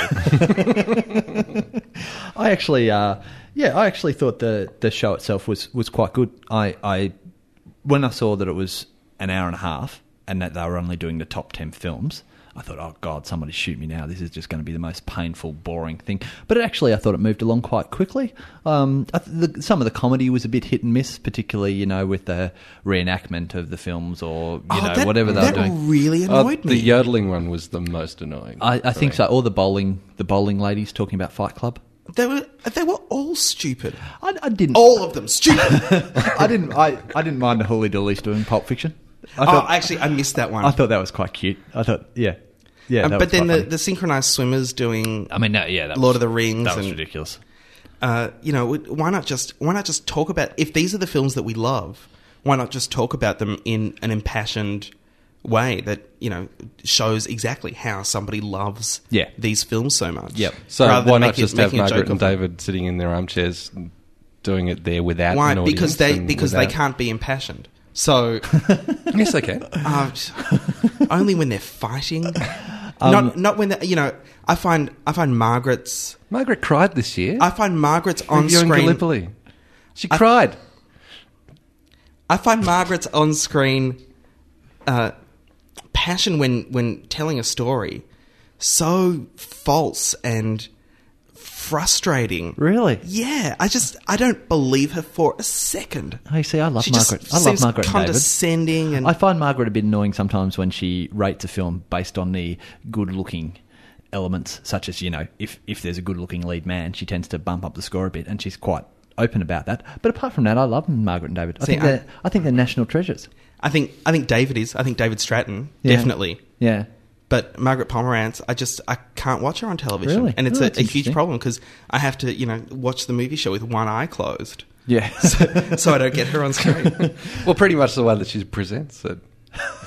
S4: I actually, uh, yeah, I actually thought the the show itself was was quite good. I, I when I saw that it was an hour and a half and that they were only doing the top ten films, I thought, oh god, somebody shoot me now. This is just going to be the most painful, boring thing. But it actually, I thought it moved along quite quickly. Um, I th- the, some of the comedy was a bit hit and miss, particularly you know with the reenactment of the films or you
S2: Oh,
S4: know
S2: that-
S4: whatever they were
S2: that
S4: doing.
S2: really
S3: Oh,
S2: annoyed
S3: the
S2: me.
S3: yodeling one was the most annoying.
S4: I, I
S3: for
S4: think
S3: me.
S4: so. Or the bowling, the bowling ladies talking about Fight Club.
S2: they were they were all stupid.
S4: I, I didn't.
S2: All of them stupid.
S4: I didn't. I, I didn't mind the Hooly Doolies doing Pulp Fiction. I
S2: oh,
S4: thought,
S2: actually, I missed that one.
S4: I thought that was quite cute. I thought, yeah, Yeah,
S2: Uh,
S4: that
S2: Oh. but
S4: was
S2: then
S4: quite
S2: the,
S4: funny.
S2: the synchronized swimmers doing,
S7: I mean, no, yeah, that
S2: Lord
S7: was,
S2: of the Rings
S7: That was
S2: and-
S7: ridiculous.
S2: uh, you know, why not just why not just talk about if these are the films that we love, why not just talk about them in an impassioned way that you know shows exactly how somebody loves
S4: Yeah.
S2: these films so much.
S4: Yep.
S3: So
S2: Rather than
S3: why not
S2: make it-
S3: just have
S2: making a joke
S3: Margaret and
S2: of it.
S3: David sitting in their armchairs, doing it there without
S2: Why?
S3: an audience
S2: Because they
S3: and
S2: because they
S3: without-
S2: can't be impassioned. So
S3: Yes, they can.
S2: Uh, only when they're fighting.
S3: Um,
S2: not not when they, you know. I find I find Margaret's
S3: Margaret cried this year.
S2: I find Margaret's on
S3: Reviewing
S2: screen.
S3: Gallipoli. She
S2: I-
S3: cried.
S2: I find Margaret's on screen uh, passion when when telling a story so false and frustrating.
S4: Really?
S2: Yeah, I just I don't believe her for a second.
S4: Oh, you see, I love
S2: She just
S4: Margaret. I love
S2: seems
S4: Margaret and David.
S2: condescending and
S4: I find Margaret a bit annoying sometimes when she rates a film based on the good looking elements, such as, you know, if, if there's a good looking lead man, she tends to bump up the score a bit, and she's quite open about that. But apart from that, I love Margaret and David. I,
S2: See,
S4: think,
S2: I-
S4: they're, I think they're national treasures.
S2: I think I think David is. I think David Stratton
S4: Yeah.
S2: definitely.
S4: Yeah.
S2: But Margaret Pomerantz, I just I can't watch her on television,
S4: Really?
S2: and it's
S4: Oh,
S2: a,
S4: that's
S2: a huge
S4: interesting.
S2: problem because I have to you know watch the movie show with one eye closed,
S4: Yeah.
S2: so, so I don't get her on screen.
S3: Well, pretty much the way that she presents it.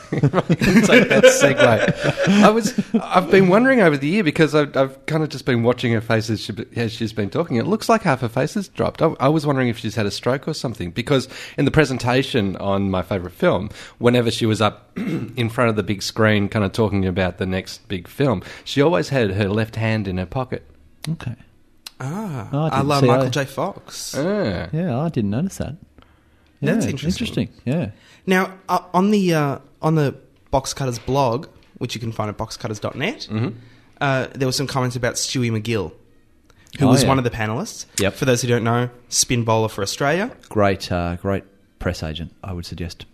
S3: Take that segue. I was. I've been wondering over the year because I've, I've kind of just been watching her face as, she, as she's been talking. It looks like half her face has dropped. I, I was wondering if she's had a stroke or something because in the presentation on my favorite film, whenever she was up in front of the big screen, kind of talking about the next big film, she always had her left hand in her pocket.
S4: okay.
S2: ah, Eh?
S4: Oh, I
S2: I
S4: didn't
S2: love
S4: see
S2: Michael
S4: that.
S2: J. Fox.
S3: Ah.
S4: Yeah, I didn't notice that. Yeah,
S2: That's interesting.
S4: Yeah.
S2: Now uh, on the uh, on the Box Cutters blog, which you can find at boxcutters.net, uh, there were some comments about Stewie McGill, who
S4: Oh,
S2: was
S4: yeah.
S2: one of the panelists.
S4: Yep.
S2: For those who don't know, spin bowler for Australia.
S4: Great, uh, great press agent, I would suggest.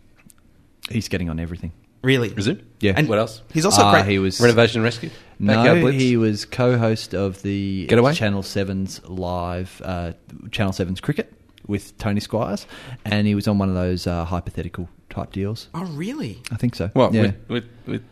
S4: He's getting on everything.
S2: Really?
S3: Is it?
S4: Yeah.
S2: And
S3: What else?
S2: He's also
S4: Ah,
S2: great.
S4: He was
S3: Renovation Rescue. Backyard
S4: No,
S3: Blitz?
S4: he was co-host of the
S3: Getaway?
S4: Channel 7's live uh, Channel 7's cricket with Tony Squires, and he was on one of those uh, hypothetical type deals.
S2: oh, really?
S4: I think so.
S3: What?
S4: yeah,
S3: With, with, with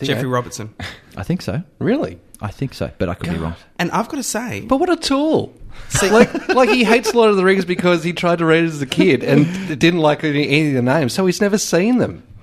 S2: Jeffrey Robertson.
S4: I think so.
S3: Really?
S4: I think so, but I could be wrong.
S2: And I've got to say,
S3: But what a tool!
S2: See-
S3: like, like he hates Lord of the Rings because he tried to read it as a kid and didn't like any, any of the names, so he's never seen them.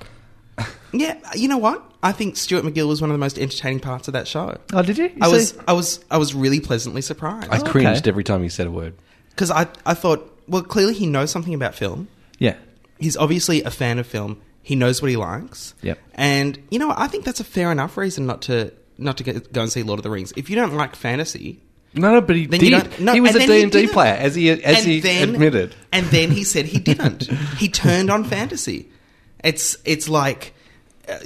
S2: Yeah, you know what? I think Stuart McGill was one of the most entertaining parts of that show.
S4: Oh, did you? You
S2: I was,
S4: see?
S2: I was, I was really pleasantly surprised
S3: I
S4: okay.
S3: cringed every time he said a word.
S2: because I, I thought, well, clearly he knows something about film.
S4: Yeah,
S2: He's obviously a fan of film. He knows what he likes.
S4: Yep.
S2: And you know, what? I think that's a fair enough reason not to not to get, go and see Lord of the Rings. If you don't like fantasy,
S3: No, no, but he
S2: then you
S3: did.
S2: don't. no,
S3: he was
S2: and
S3: a
S2: then he
S3: D and D
S2: didn't.
S3: player, as he as
S2: And
S3: he
S2: then-
S3: admitted.
S2: And then he said he didn't. he turned on fantasy. It's it's like, uh,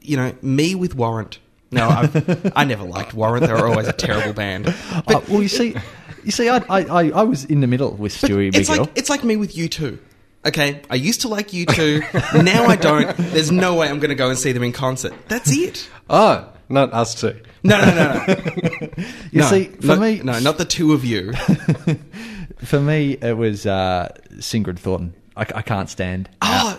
S2: you know, me with Warrant. No, I've, I never liked Warrant. They were always a terrible band.
S4: Uh, well, you see, you see, I, I, I, I was in the middle with
S2: But
S4: Stewie
S2: it's
S4: McGill.
S2: like it's like me with you two. Okay, I used to like you two. now I don't. There's no way I'm going to go and see them in concert. That's it.
S3: Oh, not us two.
S2: No, no, no, no.
S4: you
S2: no,
S4: see, for
S2: no,
S4: me,
S2: no, not the two of you.
S4: For me, it was uh, Singrid Thornton. I, I can't stand. our-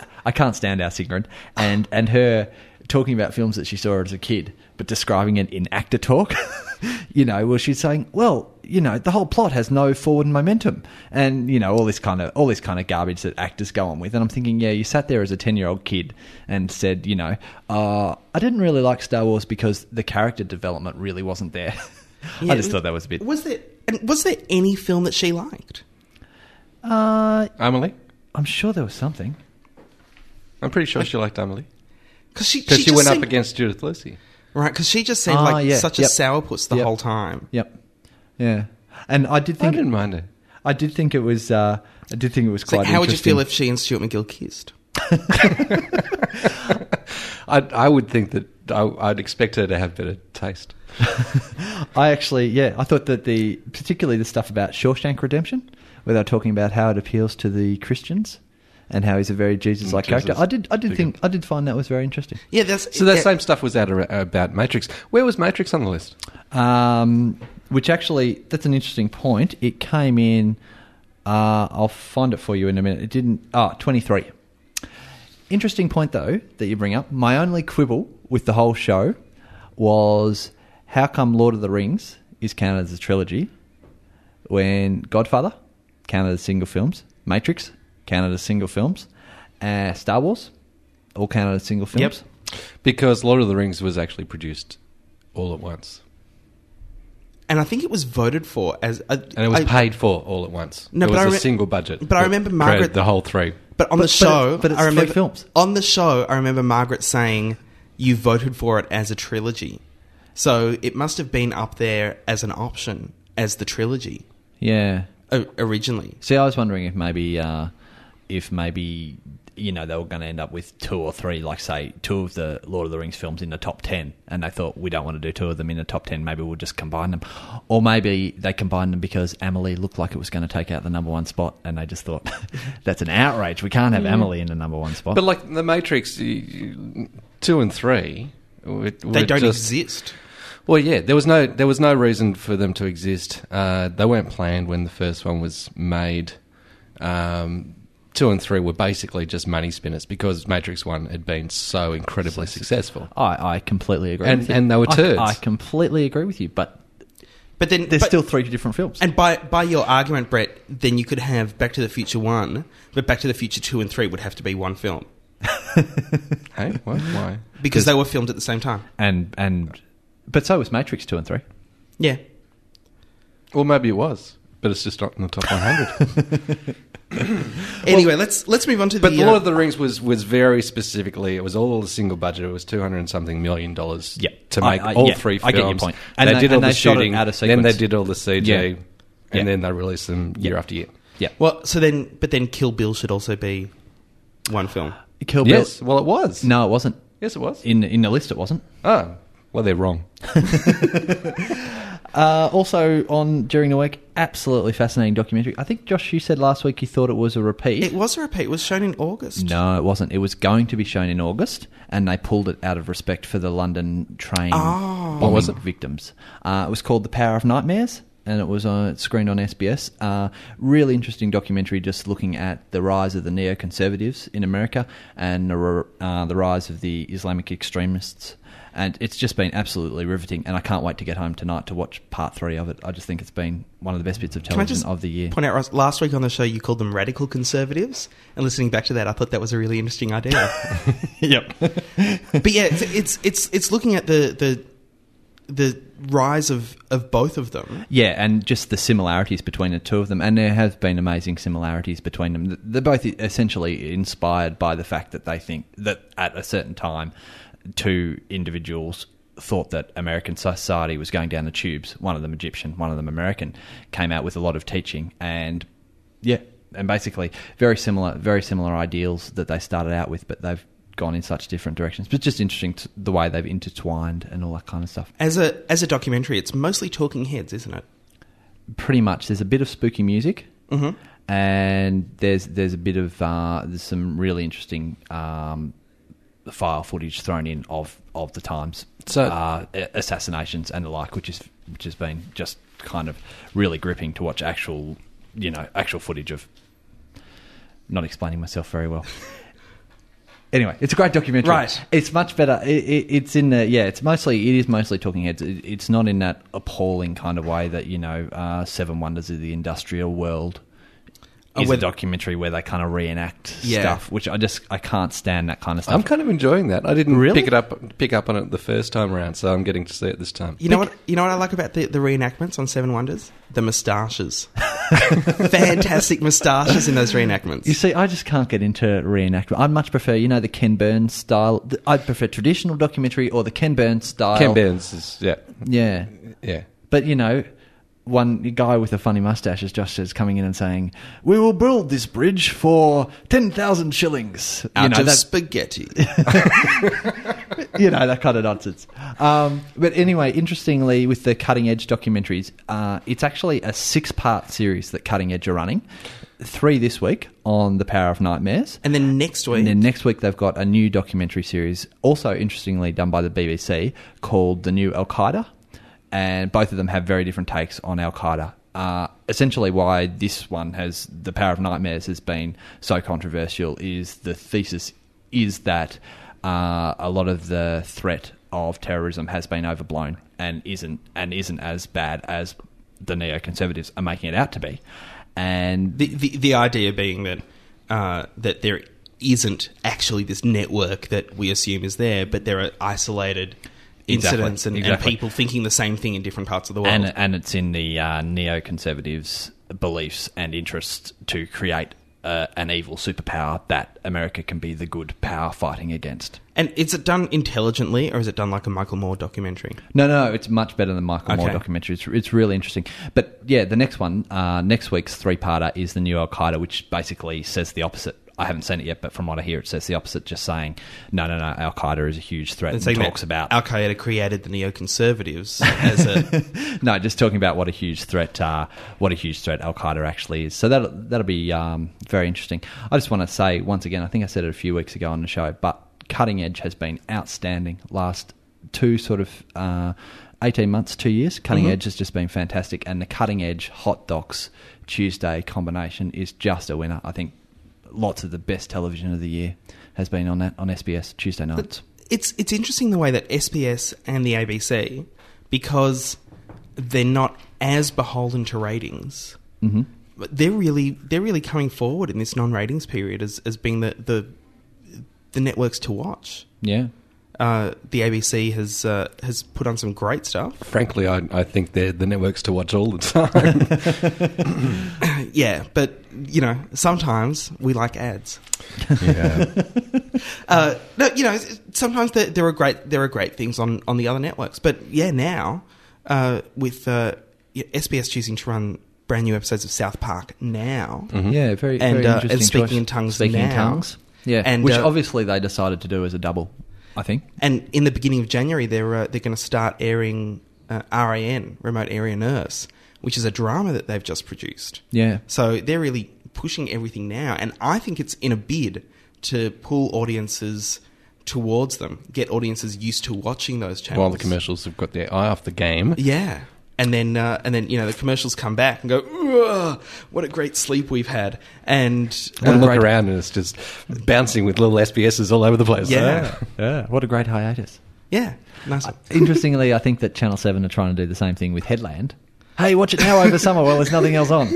S2: Oh.
S4: I can't stand our Singrid, and and her talking about films that she saw as a kid, but describing it in actor talk. you know, well, she's saying, well, you know, the whole plot has no forward momentum, and you know, all this kind of all this kind of garbage that actors go on with. And I'm thinking, yeah, you sat there as a ten year old kid and said, you know, uh, I didn't really like Star Wars because the character development really wasn't there. I just thought that was a bit.
S2: Was there and was there any film that she liked?
S4: Uh,
S3: Emily,
S4: I'm sure there was something.
S3: I'm pretty sure she liked Emily
S2: Because she,
S3: because she,
S2: just
S3: went
S2: seemed-
S3: up against Judith Lucy.
S2: Right, because she just seemed
S4: Ah,
S2: like
S4: yeah,
S2: such a
S4: yep.
S2: sourpuss the
S4: Yep.
S2: whole time.
S4: Yep. Yeah. And I did
S3: I
S4: think
S3: didn't mind it.
S4: I did think it was uh, I did think it was
S2: So
S4: quite
S2: how would you
S4: interesting.
S2: feel if she and Stuart McGill kissed?
S3: I, I would think that I, I'd expect her to have better taste.
S4: I actually yeah, I thought that the particularly the stuff about Shawshank Redemption where they're talking about how it appeals to the Christians and how he's a very Jesus like
S3: Mm,
S4: character.
S3: Jesus.
S4: I did I did
S3: Big
S4: think I did find that was very interesting.
S2: Yeah, that's
S3: So that
S2: yeah.
S3: same stuff was out ar- about Matrix. Where was Matrix on the list?
S4: Um, which actually that's an interesting point. It came in uh, I'll find it for you in a minute. It didn't ah, 23. Interesting point, though, that you bring up. My only quibble with the whole show was how come Lord of the Rings is counted as a trilogy when Godfather counted as single films, Matrix counted as single films, uh, Star Wars all counted as single
S2: Yep.
S4: films.
S3: Because Lord of the Rings was actually produced all at once.
S2: And I think it was voted for as a,
S3: And it was
S2: I-
S3: paid for all at once.
S2: No,
S3: it
S2: but
S3: was
S2: I
S3: a
S2: re-
S3: single budget.
S2: but I
S3: that
S2: remember
S3: created
S2: Margaret-
S3: the whole three.
S2: But on
S4: But-
S2: the
S4: but
S2: show,
S4: it's- but it's
S2: I
S4: three
S2: remember
S4: films.
S2: on the show. I remember Margaret saying, "You voted for it as a trilogy, so it must have been up there as an option as the trilogy
S4: Yeah.
S2: o- originally."
S4: See, I was wondering if maybe, uh, if maybe you know they were going to end up with two or three, like say two of the Lord of the Rings films in the top ten, and they thought we don't want to do two of them in the top ten. Maybe we'll just combine them, or maybe they combined them because Amelie looked like it was going to take out the number one spot, and they just thought that's an outrage. We can't have Amelie in the number one spot.
S3: Mm. But like The Matrix, you- you- two and three. They
S2: They don't exist.
S3: Well, yeah, there was no there was no reason for them to exist. Uh, they weren't planned when the first one was made. Um, two and three were basically just money spinners because Matrix One had been so incredibly successful.
S4: I, I completely agree.
S3: And-
S4: with you.
S3: and they were
S4: I-
S3: turds.
S4: I, completely agree with you, but
S2: But then
S4: there's
S2: but-
S4: still three different films.
S2: And by by your argument, Brett, then you could have Back to the Future one, but Back to the Future two and three would have to be one film
S3: Hey, what? Why?
S2: because they were filmed at the same time.
S4: and and but so was Matrix two and three.
S2: Yeah,
S3: Well, maybe it was, but it's just not in the top one hundred.
S2: Anyway, let's let's move on to
S3: but
S2: the.
S3: The
S2: uh,
S3: Lord of the Rings was was very specifically. It was all a single budget. It was two hundred and something million dollars.
S4: Yeah.
S3: to make
S4: I- I-
S3: all
S4: yeah,
S3: three films.
S4: I get your point. And
S3: they,
S4: they-
S3: did
S4: and
S3: all
S4: they
S3: the
S4: shot it
S3: shooting
S4: out of
S3: Then they
S4: sequence.
S3: did all the CG,
S4: Yeah.
S3: and
S4: Yeah.
S3: then they released them year after year.
S4: Yeah.
S2: well, so then, but then Kill Bill should also be one film.
S4: Kill Bill.
S3: Yes, well, it was.
S4: No, it wasn't.
S3: Yes, it was.
S4: In in the list, it wasn't.
S3: Oh, well, they're wrong.
S4: Uh, also on during the week, absolutely fascinating documentary. I think Josh, you said last week you thought it was a repeat.
S2: It was a repeat. It was shown in August.
S4: no, it wasn't. It was going to be shown in August, and they pulled it out of respect for the London train
S2: Oh.
S4: bombing
S3: What was it?
S4: victims. Uh, it was called "The Power of Nightmares," and it was on, it screened on SBS. Uh, really interesting documentary, just looking at the rise of the neoconservatives in America and the, r- uh, the rise of the Islamic extremists. And it's just been absolutely riveting, and I can't wait to get home tonight to watch part three of it. I just think it's been one of the best bits of
S2: Can I
S4: television
S2: just
S4: of the year.
S2: point out Ross, last week on the show you called them radical conservatives, and listening back to that, I thought that was a really interesting idea.
S4: yep.
S2: but yeah, it's, it's it's it's looking at the the the rise of of both of them.
S4: Yeah, and just the similarities between the two of them, and there have been amazing similarities between them. Th- They're both essentially inspired by the fact that they think that at a certain time, two individuals thought that American society was going down the tubes. One of them Egyptian, one of them American, came out with a lot of teaching, and yeah, and basically very similar, very similar ideals that they started out with, but they've gone in such different directions. But it's just interesting t- the way they've intertwined and all that kind of stuff.
S2: As a as a documentary, it's mostly talking heads, isn't it?
S4: pretty much there's a bit of spooky music
S2: Mhm.
S4: and there's there's a bit of uh, there's some really interesting um, file footage thrown in of of the times
S3: So-
S4: uh, a- assassinations and the like which is which has been just kind of really gripping to watch actual you know actual footage of not explaining myself very well Anyway, it's a great documentary.
S2: Right.
S4: It's much better. It, it, it's in the yeah. It's mostly it is mostly talking heads. It, it's not in that appalling kind of way that you know uh, Seven Wonders of the Industrial World Uh,
S2: Oh,
S4: is
S2: where-
S4: a documentary where they kind of reenact
S2: Yeah.
S4: stuff, which I just I can't stand that kind of stuff.
S3: I'm kind of enjoying that. I didn't
S4: Really?
S3: pick it up pick up on it the first time around, so I'm getting to see it this time.
S2: You know what? You know what I like about the, the reenactments on Seven Wonders? The moustaches. Fantastic moustaches in those reenactments.
S4: You see, I just can't get into reenactment. I much prefer, you know, the Ken Burns style. Th- I prefer traditional documentary or the Ken Burns style.
S3: Ken Burns is yeah,
S4: Yeah.
S3: yeah.
S4: But, you know, one guy with a funny mustache, as Josh says, coming in and saying, We will build this bridge for 10,000 shillings.
S2: out
S4: you know,
S2: of
S4: that,
S2: spaghetti.
S4: you know, that kind of nonsense. Um, but anyway, interestingly, with the Cutting Edge documentaries, uh, it's actually a six part series that Cutting Edge are running. Three this week on The Power of Nightmares.
S2: and then next week,
S4: And then next week they've got a new documentary series, also interestingly done by the BBC, called "The New Al Qaeda," and both of them have very different takes on Al Qaeda. Uh, essentially, why this one has the power of nightmares has been so controversial is the thesis is that uh, a lot of the threat of terrorism has been overblown and isn't and isn't as bad as the neoconservatives are making it out to be. And
S2: The, the, the idea being that uh, that there isn't actually this network that we assume is there, but there are isolated
S4: Exactly,
S2: incidents and,
S4: exactly.
S2: and people thinking the same thing in different parts of the world.
S4: and and it's in the uh, neoconservatives' beliefs and interests to create uh, an evil superpower that America can be the good power fighting against.
S2: And is it done intelligently, or is it done like a Michael Moore documentary?
S4: No, no, it's much better than Michael Moore
S2: Okay.
S4: documentary. It's, it's really interesting. But yeah, the next one, uh, next week's three-parter is the new Al Qaeda, which basically says the opposite. I haven't seen it yet, but from what I hear, it says the opposite, just saying, no, no, no, Al Qaeda is a huge threat. And,
S2: saying that
S4: talks about
S2: Al Qaeda created the neoconservatives as a
S4: no, just talking about what a huge threat, uh, what a huge threat Al Qaeda actually is. So that that'll be um, very interesting. I just want to say once again, I think I said it a few weeks ago on the show, but Cutting Edge has been outstanding last two sort of. Uh, 18 months, two years. Cutting Edge has just been fantastic. And the Cutting Edge Hot Docs Tuesday combination is just a winner. I think lots of the best television of the year has been on that on SBS Tuesday nights.
S2: it's it's interesting the way that SBS and the ABC because they're not as beholden to ratings.
S4: Mhm.
S2: But they're really they're really coming forward in this non-ratings period as as being the the the networks to watch.
S4: Yeah.
S2: Uh, the ABC has uh, has put on some great stuff.
S3: Frankly, I, I think they're the networks to watch all the time.
S2: Yeah, but you know sometimes we like ads.
S3: yeah.
S2: Uh, no, you know, s- sometimes there, there are great there are great things on, on the other networks, but yeah, now uh, with uh, y- SBS choosing to run brand new episodes of South Park now,
S3: Mm-hmm.
S4: Yeah, very,
S2: And,
S4: very
S2: uh,
S4: interesting
S2: and Speaking
S4: choice.
S2: in Tongues
S4: Speaking in
S2: now.
S4: tongues, yeah,
S2: And,
S4: which
S2: uh,
S4: obviously they decided to do as a double. I think
S2: and in the beginning of January, they're uh, they're going to start airing uh, RAN Remote Area Nurse, which is a drama that they've just produced.
S4: Yeah.
S2: so they're really pushing everything now, and I think it's in a bid to pull audiences towards them, get audiences used to watching those channels
S3: While the commercials have got their eye off the game.
S2: Yeah. And then, uh, and then you know, the commercials come back and go, "Ugh, "What a great sleep we've had!" And
S3: I
S2: uh,
S3: look around and it's just bouncing with little SBSs all over the place.
S2: Yeah.
S4: yeah. What a great hiatus.
S2: yeah, nice. one.
S4: Uh, Interestingly, I think that Channel Seven are trying to do the same thing with Headland. Hey, watch it now over summer while there's nothing else on,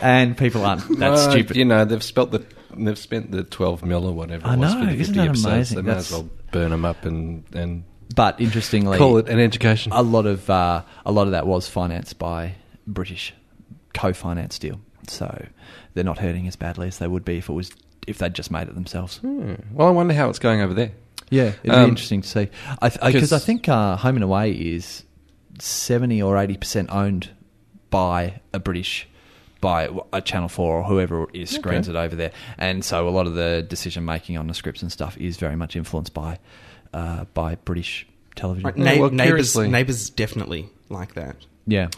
S4: and people aren't that
S3: Uh,
S4: stupid.
S3: You know, they've spelt the they've spent the twelve mil or whatever.
S4: I
S3: it was
S4: know,
S3: for the
S4: isn't
S3: 50
S4: that
S3: episodes.
S4: amazing?
S3: They might
S4: That's-
S3: as well burn them up and and
S4: But interestingly,
S3: call it an education.
S4: a lot of uh, a lot of that was financed by British co-finance deal, so they're not hurting as badly as they would be if it was if they'd just made it themselves.
S3: well, I wonder how it's going over there.
S4: Yeah, it'd
S3: Um,
S4: be interesting to see. I because I, 'cause I
S3: 'cause-
S4: think uh, Home and Away is seventy or eighty percent owned by a British, by a Channel Four or whoever it is screens it over there, and so a lot of the decision making on the scripts and stuff is very much influenced by uh, by British television.
S2: Right, na-
S3: well,
S2: neighbors,
S3: curiously-
S2: neighbors definitely like that.
S4: Yeah,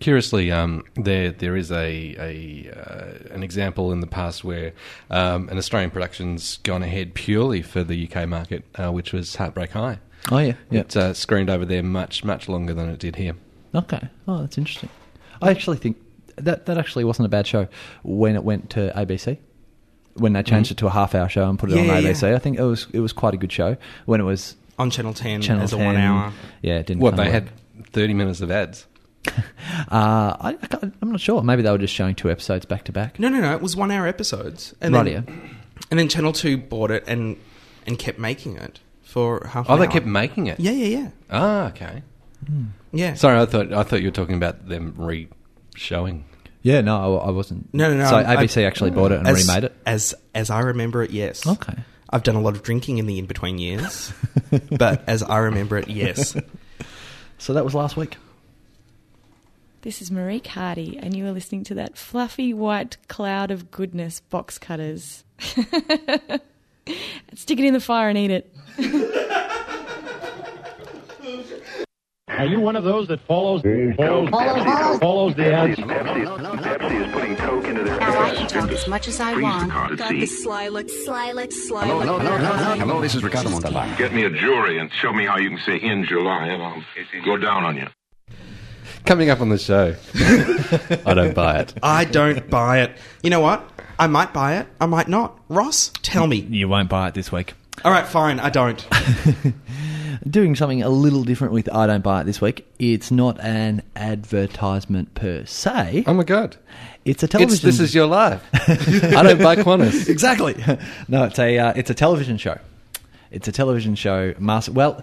S3: Curiously, um, there there is a, a uh, an example in the past where um, an Australian production's gone ahead purely for the UK market, uh, which was Heartbreak High.
S4: oh yeah, yeah.
S3: It's uh, screened over there much much longer than it did here.
S4: Okay. Oh, that's interesting. I actually think that that actually wasn't a bad show when it went to ABC. When they changed it to a half-hour show and put it
S2: Yeah,
S4: on
S2: yeah,
S4: ABC, I think it was it was quite a good show. When it was
S2: On Channel Ten
S4: Channel
S2: Mm, as a
S4: 10,
S2: one-hour.
S4: yeah, it didn't.
S3: What
S4: kinda
S3: they
S4: work.
S3: had thirty minutes of ads.
S4: Uh, I, I can't- I'm not sure. Maybe they were just showing two episodes back to back.
S2: No, no, no. It was one-hour episodes. And
S4: Right
S2: then,
S4: here.
S2: And then Channel Two bought it and and kept making it for half.
S3: Oh,
S2: an
S3: they
S2: hour.
S3: kept making it.
S2: Yeah, yeah, yeah,
S3: Ah, okay.
S2: yeah.
S3: Sorry, I thought I thought you were talking about them re-showing.
S4: Yeah, no, I, I wasn't.
S2: No, no, no,
S4: So
S2: I'm-
S4: ABC
S2: I-
S4: actually bought it and
S2: as,
S4: remade it.
S2: as as I remember it. Yes.
S4: Okay.
S2: I've done a lot of drinking in the in between years, but as I remember it, yes.
S4: So that was last week.
S7: This is Marie Cardi, and you are listening to that fluffy white cloud of goodness box cutters. Stick it in the fire and eat it.
S8: Are you one of those that follows follows, follows the ads?
S5: Pepsi is putting Coke into their
S9: Now I can talk as much as I want.
S10: Sly look, sly look, sly look.
S11: Hello, hello, hello, hello, this is Ricardo Montalban.
S5: Get me a jury and show me how you can say in July, and I'll go down on you.
S3: Coming up on the show, I don't buy it.
S2: I don't buy it. You know what? I might buy it. I might not. Ross, tell me.
S4: You won't buy it this week.
S2: All right, fine. I don't.
S4: doing something a little different with I Don't Buy It this week. It's not an advertisement per se. Oh
S3: my god!
S4: It's a television.
S3: Um, It's, this is your life. I don't buy Qantas.
S4: exactly. No, it's a uh, it's a television show. It's a television show. Master. Well,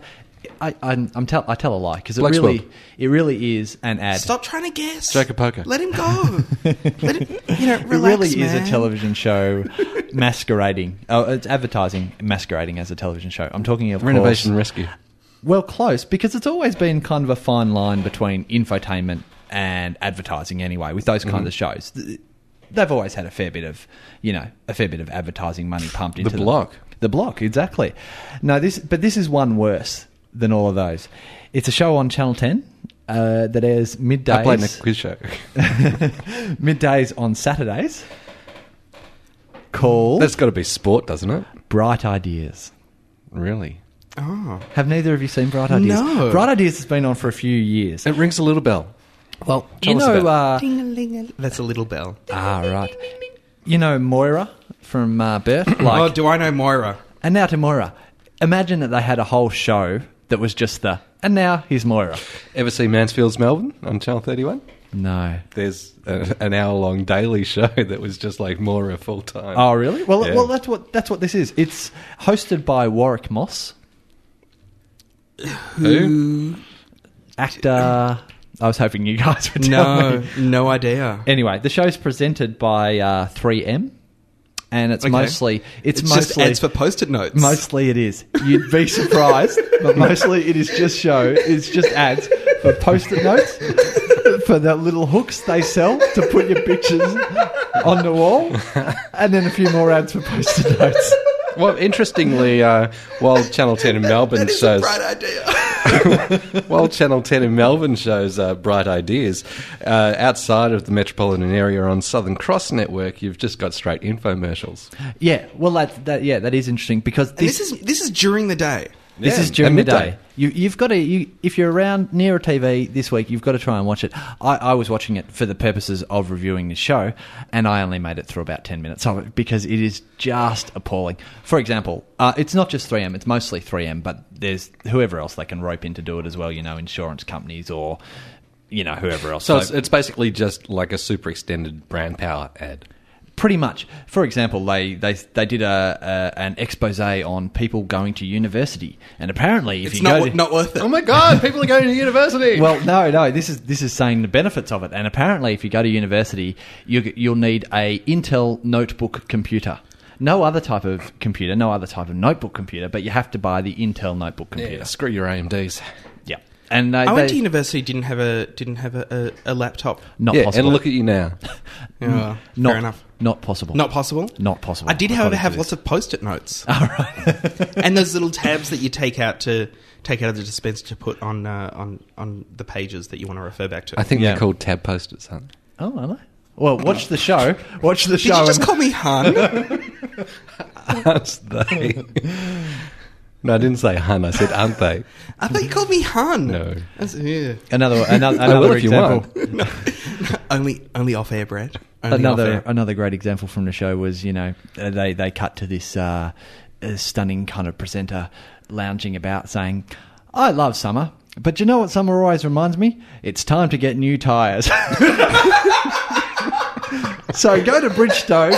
S4: I I'm, I'm tell I tell a lie because it
S3: Blake's
S4: really
S3: World.
S4: it really is an ad.
S2: Stop trying to guess.
S3: Joker poker.
S2: Let him go. Let him, you know, relax,
S4: it really
S2: man.
S4: is a television show masquerading. Oh, it's advertising masquerading as a television show. I'm talking of
S3: Renovation
S4: course-
S3: Rescue.
S4: Well, close because it's always been kind of a fine line between infotainment and advertising. Anyway, with those
S3: Mm-hmm.
S4: kinds of shows, Th- they've always had a fair bit of you know a fair bit of advertising money pumped into them.
S3: block.
S4: The block, exactly. No, this but this is one worse than all of those. It's a show on Channel Ten. Uh, that airs middays.
S3: I played in a quiz show.
S4: middays on Saturdays called
S3: That's got to be sport, doesn't it?
S4: Bright Ideas.
S3: Really?
S2: Oh.
S4: Have neither of you seen Bright Ideas?
S2: No.
S4: Bright Ideas has been on for a few years.
S3: It rings a little bell.
S4: Well,
S3: tell
S4: you
S3: us
S4: know, uh,
S3: about
S2: That's a little bell.
S4: ah, right. You know Moira from uh, Bert,
S2: oh,
S4: like,
S2: do I know Moira?
S4: and now to Moira. Imagine that they had a whole show that was just the, and now here's Moira.
S3: Ever see Mansfield's Melbourne on Channel 31?
S4: No.
S3: There's a, an hour long daily show that was just like Mora full time.
S4: Oh, really? Well,
S3: Yeah.
S4: well, that's what that's what this is. It's hosted by Warwick Moss,
S3: Who?
S4: actor. I was hoping you guys would tell
S2: No,
S4: me.
S2: no idea.
S4: Anyway, the show's presented by uh, 3M, and it's
S2: Okay.
S4: mostly it's,
S2: It's
S4: mostly
S2: just ads for post-it notes.
S4: mostly it is. You'd be surprised, but mostly it is just show. It's just ads for post-it notes, for the little hooks they sell to put your pictures on the wall, and then a few more ads for post-it notes.
S3: Well, interestingly, uh, while Channel 10 in Melbourne
S2: that is
S3: shows.
S2: a bright idea.
S3: While Channel 10 in Melbourne shows uh, bright ideas, uh, outside of the metropolitan area on Southern Cross Network, you've just got straight infomercials.
S4: Yeah, well, that, that yeah, that is interesting because
S2: And
S4: this,
S2: this is this is during the day.
S4: This
S3: Yeah,
S4: is during
S3: at
S4: the
S3: midday.
S4: day. You, you've got to, you, if you're around near a TV this week, you've got to try and watch it. I, I was watching it for the purposes of reviewing this show, and I only made it through about 10 minutes of it because it is just appalling. For example, uh, it's not just 3M, it's mostly 3M, but there's whoever else they can rope in to do it as well, you know, insurance companies or, you know, whoever else. uh,
S3: So it's, it's basically just like a super extended brand power ad.
S4: Pretty much. For example, they they, they did a, a an expose on people going to university, and apparently, if
S2: It's
S4: you
S2: not
S4: go
S2: wo-
S4: to-
S2: not worth it.
S3: Oh my God, people are going to university!
S4: Well, no, no. This is this is saying the benefits of it, and apparently, if you go to university, you, you'll need a Intel notebook computer. No other type of computer, no other type of notebook computer, but you have to buy the Intel notebook
S3: yeah,
S4: computer.
S3: screw your AMDs.
S4: Yeah, and they,
S2: I went
S4: they-
S2: to university. Didn't have a didn't have a, a, a laptop.
S4: not
S3: yeah,
S4: possible.
S3: and look at you now.
S2: Yeah,
S4: Mm, not,
S2: fair enough.
S4: Not possible.
S2: Not possible.
S4: Not possible.
S2: I did,
S4: I've
S2: however,
S4: gotta
S2: have
S4: do
S2: lots
S4: this.
S2: of post-it notes. and those little tabs that you take out to take out of the dispenser to put on uh, on on the pages that you want to refer back to.
S3: I think
S4: Yeah.
S3: they're called tab posters, aren't they?
S4: Oh, am I? Well, watch the show. Watch the
S2: Did
S4: show.
S2: you just
S4: and-
S2: call me hun?
S3: Aren't they? no, I didn't say hun, I said aren't they?
S2: I thought you called me hun.
S3: No.
S2: That's- yeah.
S4: another another,
S3: I will
S4: another
S3: if you
S4: example.
S3: want.
S2: Only only off air, Brad. Only
S4: another
S2: off air.
S4: another great example from the show was you know uh, they they cut to this uh, uh, stunning kind of presenter lounging about saying, "I love summer." But you know what summer always reminds me? It's time to get new tyres. so go to Bridgestone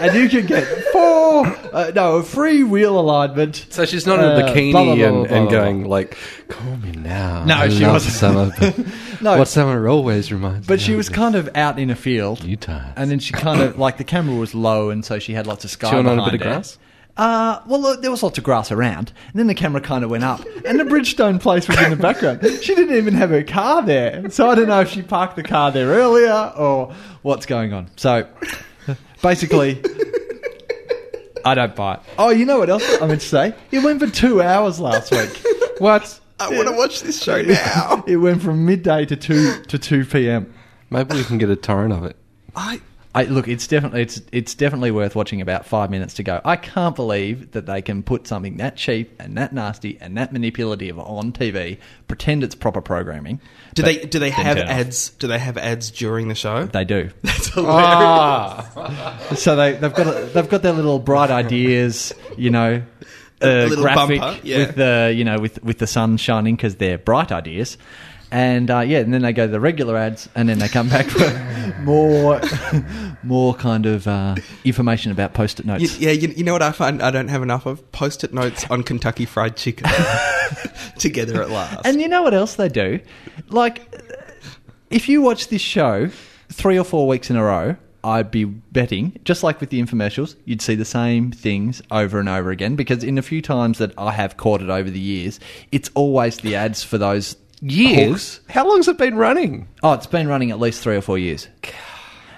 S4: and you can get four, uh, no, a free wheel alignment.
S3: So she's not in a
S4: Uh,
S3: bikini
S4: blah, blah, blah,
S3: and,
S4: blah,
S3: and
S4: blah, blah.
S3: going like, "Call me now."
S4: No,
S3: I
S4: she
S3: love
S4: wasn't.
S3: Summer, but
S4: No.
S3: what summer always reminds.
S4: But
S3: me
S4: she was
S3: of
S4: kind of out in a field.
S3: You tired.
S4: And then she kind of, like, the camera was low, and so she had lots of sky
S3: Chewing on
S4: behind
S3: a bit of
S4: her.
S3: grass?
S4: Uh, well, look, there was lots of grass around, and then the camera kind of went up, and the Bridgestone place was in the background. She didn't even have her car there, so I don't know if she parked the car there earlier or what's going on. So, basically, I don't buy it. Oh, you know what else I meant to say? It went for two hours last week. What?
S2: I want to watch this show now.
S4: It went from midday to two to two p.m.
S3: Maybe we can get a torrent of it.
S2: I
S4: I, look, it's definitely it's it's definitely worth watching about five minutes to go. I can't believe that they can put something that cheap and that nasty and that manipulative on TV, pretend it's proper programming.
S2: do
S4: but
S2: they do they
S4: then
S2: have
S4: turn off.
S2: ads? Do they have ads during the show?
S4: They do.
S2: That's hilarious.
S3: Ah,
S4: so they they've got a, they've got their little bright ideas, you know, uh,
S2: little
S4: graphic
S2: bumper, yeah.
S4: with the you know with with the sun shining because they're bright ideas. And uh, yeah, and then they go to the regular ads, and then they come back for more, more kind of uh, information about post-it notes.
S2: You, yeah, you, you know what I find I don't have enough of? Post it notes on Kentucky Fried Chicken together at last.
S4: And you know what else they do? Like, if you watch this show three or four weeks in a row, I'd be betting, just like with the infomercials, you'd see the same things over and over again. Because in a few times that I have caught it over the years, it's always the ads for those hooks.
S3: Years? How long's it been running?
S4: Oh, it's been running at least three or four years.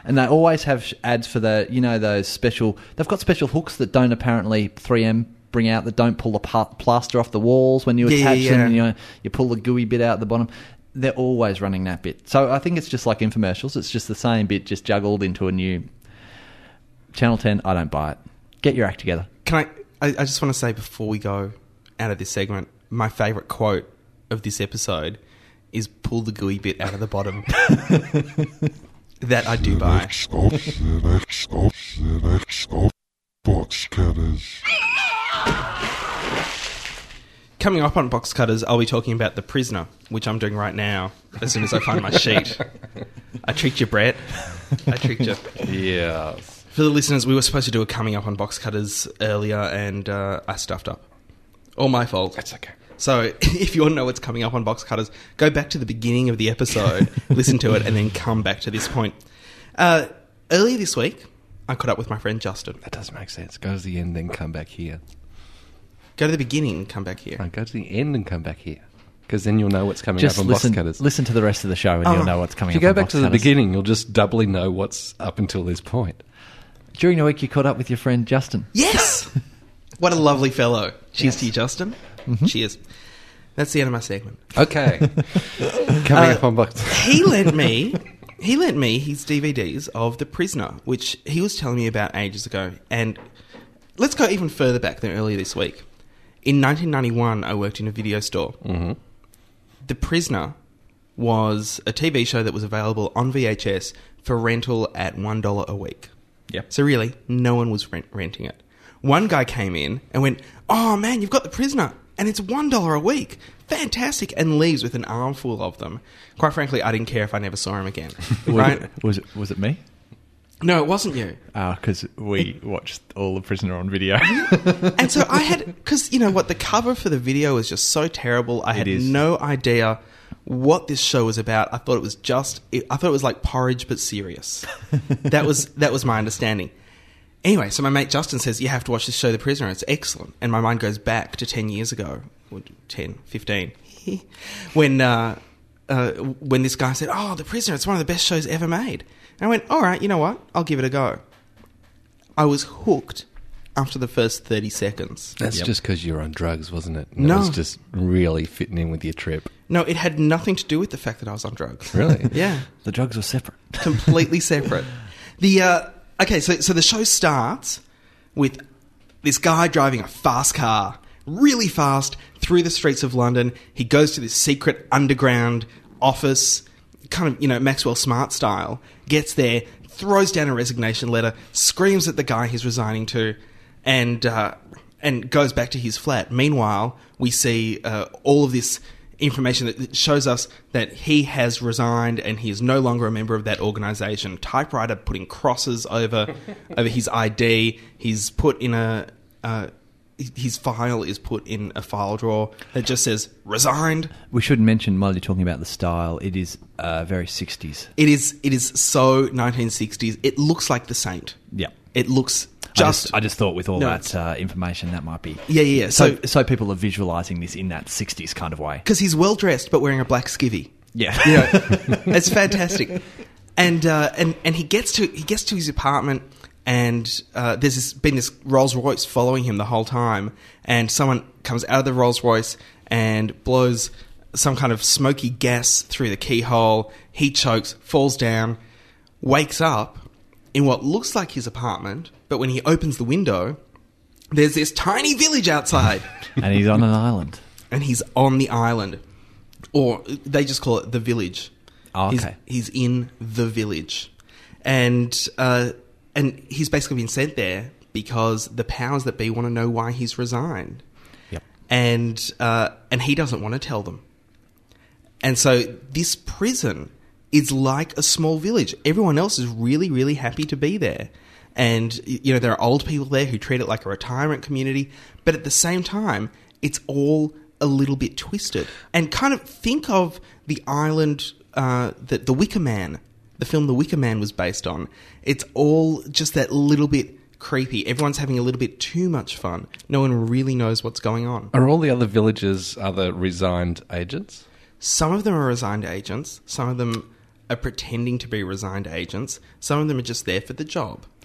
S4: And they always have sh- ads for the, you know, those special. They've got special hooks that don't apparently 3M bring out that don't pull the pa- plaster off the walls when you
S2: Yeah, yeah,
S4: attach them.
S2: yeah.
S4: And you, you pull the gooey bit out at the bottom. They're always running that bit. So I think it's just like infomercials. It's just the same bit, just juggled into a new Channel Ten. I don't buy it. Get your act together.
S2: Can I, I? I just want to say before we go out of this segment, my favourite quote of this episode is "pull the gooey bit out of the bottom." that I do buy.
S12: Box cutters.
S2: Coming up on Box Cutters, I'll be talking about The Prisoner, which I'm doing right now. As soon as I find my sheet, I tricked you, Brett. I tricked you.
S3: Yeah.
S2: For the listeners, we were supposed to do a coming up on Box Cutters earlier, and uh, I stuffed up. All my fault. That's
S3: okay.
S2: So, if you want to know what's coming up on Box Cutters, go back to the beginning of the episode, listen to it, and then come back to this point. Uh, earlier this week, I caught up with my friend Justin.
S3: That doesn't make sense. Go to the end, then come back here.
S2: Go to the beginning and come back here.
S3: No, go to the end and come back here. Because then you'll know what's coming
S4: Just
S3: up on
S4: listen,
S3: box cutters.
S4: listen to the rest of the show, and
S2: Oh.
S4: you'll know what's coming.
S3: If you
S4: up
S3: go
S4: on
S3: back
S4: Box
S3: to the
S4: Cutters.
S3: beginning, you'll just doubly know what's up until this point.
S4: during the week, you caught up with your friend Justin.
S2: Yes! what a lovely fellow. Cheers to you, Justin. Cheers. That's the end of my segment.
S3: Okay. coming
S4: Uh,
S3: up on box.
S2: he lent me he lent me his DVDs of The Prisoner, which he was telling me about ages ago. And let's go even further back than earlier this week. In 1991, I worked in a video store.
S3: hmm
S2: The Prisoner was a TV show that was available on VHS for rental at $1 a week.
S3: Yep.
S2: So really, no one was rent- renting it. One guy came in and went, "Oh man, you've got the prisoner, and it's one dollar a week. Fantastic!" and leaves with an armful of them. Quite frankly, I didn't care if I never saw him again. right?
S4: Was it, was it me?
S2: No, it wasn't you.
S4: Because Ah, we watched all the Prisoner on video.
S2: And so I had, because you know what, the cover for the video was just so terrible. I had
S4: is.
S2: no idea what this show was about. I thought it was just, I thought it was like porridge but serious. that was that was my understanding. Anyway, so my mate Justin says you have to watch this show, The Prisoner. It's excellent, and my mind goes back to ten years ago, or 10, 15, when uh, uh, when this guy said, "Oh, The Prisoner, it's one of the best shows ever made." And I went, "All right, you know what? I'll give it a go." I was hooked after the first thirty seconds.
S3: That's
S4: Yep.
S3: just because you're on drugs, wasn't it?
S2: No.
S3: It was just really fitting in with your trip.
S2: No, it had nothing to do with the fact that I was on drugs.
S3: Really?
S2: Yeah,
S4: the drugs were separate.
S2: completely separate. The uh, okay, so so the show starts with this guy driving a fast car, really fast, through the streets of London. He goes to this secret underground office, kind of you know Maxwell Smart style. Gets there, throws down a resignation letter, screams at the guy he's resigning to, and uh, and goes back to his flat. Meanwhile, we see uh, all of this information that- that shows us that he has resigned and he is no longer a member of that organization. Typewriter putting crosses over over his ID. He's put in a uh, his file is put in a file drawer that just says resigned.
S4: We should mention while you're talking about the style, it is uh, very 60s.
S2: It is it is so 1960s. It looks like the Saint.
S4: Yeah.
S2: It looks
S4: I
S2: just.
S4: I just thought with all
S2: No,
S4: that uh, information, that might be.
S2: yeah, yeah, yeah.
S4: So,
S2: So
S4: so, people are visualizing this in that 60s kind of way.
S2: because he's well dressed but wearing a black skivvy.
S4: Yeah.
S2: You know, it's fantastic. And uh, and and he gets to he gets to his apartment, and uh, there's this, been this Rolls Royce following him the whole time, and someone comes out of the Rolls Royce and blows some kind of smoky gas through the keyhole. He chokes, falls down, wakes up in what looks like his apartment, but when he opens the window, there's this tiny village outside
S4: and he's on an island.
S2: and he's on the island, or they just call it the village.
S4: Oh, okay.
S2: He's, he's in the village, and uh, and he's basically been sent there because the powers that be want to know why he's resigned. and uh, and he doesn't want to tell them. And so this prison is like a small village. Everyone else is really, really happy to be there. And, y- you know, there are old people there who treat it like a retirement community. But at the same time, it's all a little bit twisted. And kind of think of the island uh, that The Wicker Man, the film The Wicker Man was based on. It's all just that little bit creepy. Everyone's having a little bit too much fun. No one really knows what's going on.
S3: Are all the other villagers other resigned agents?
S2: Some of them are resigned agents. Some of them are pretending to be resigned agents. Some of them are just there for the job.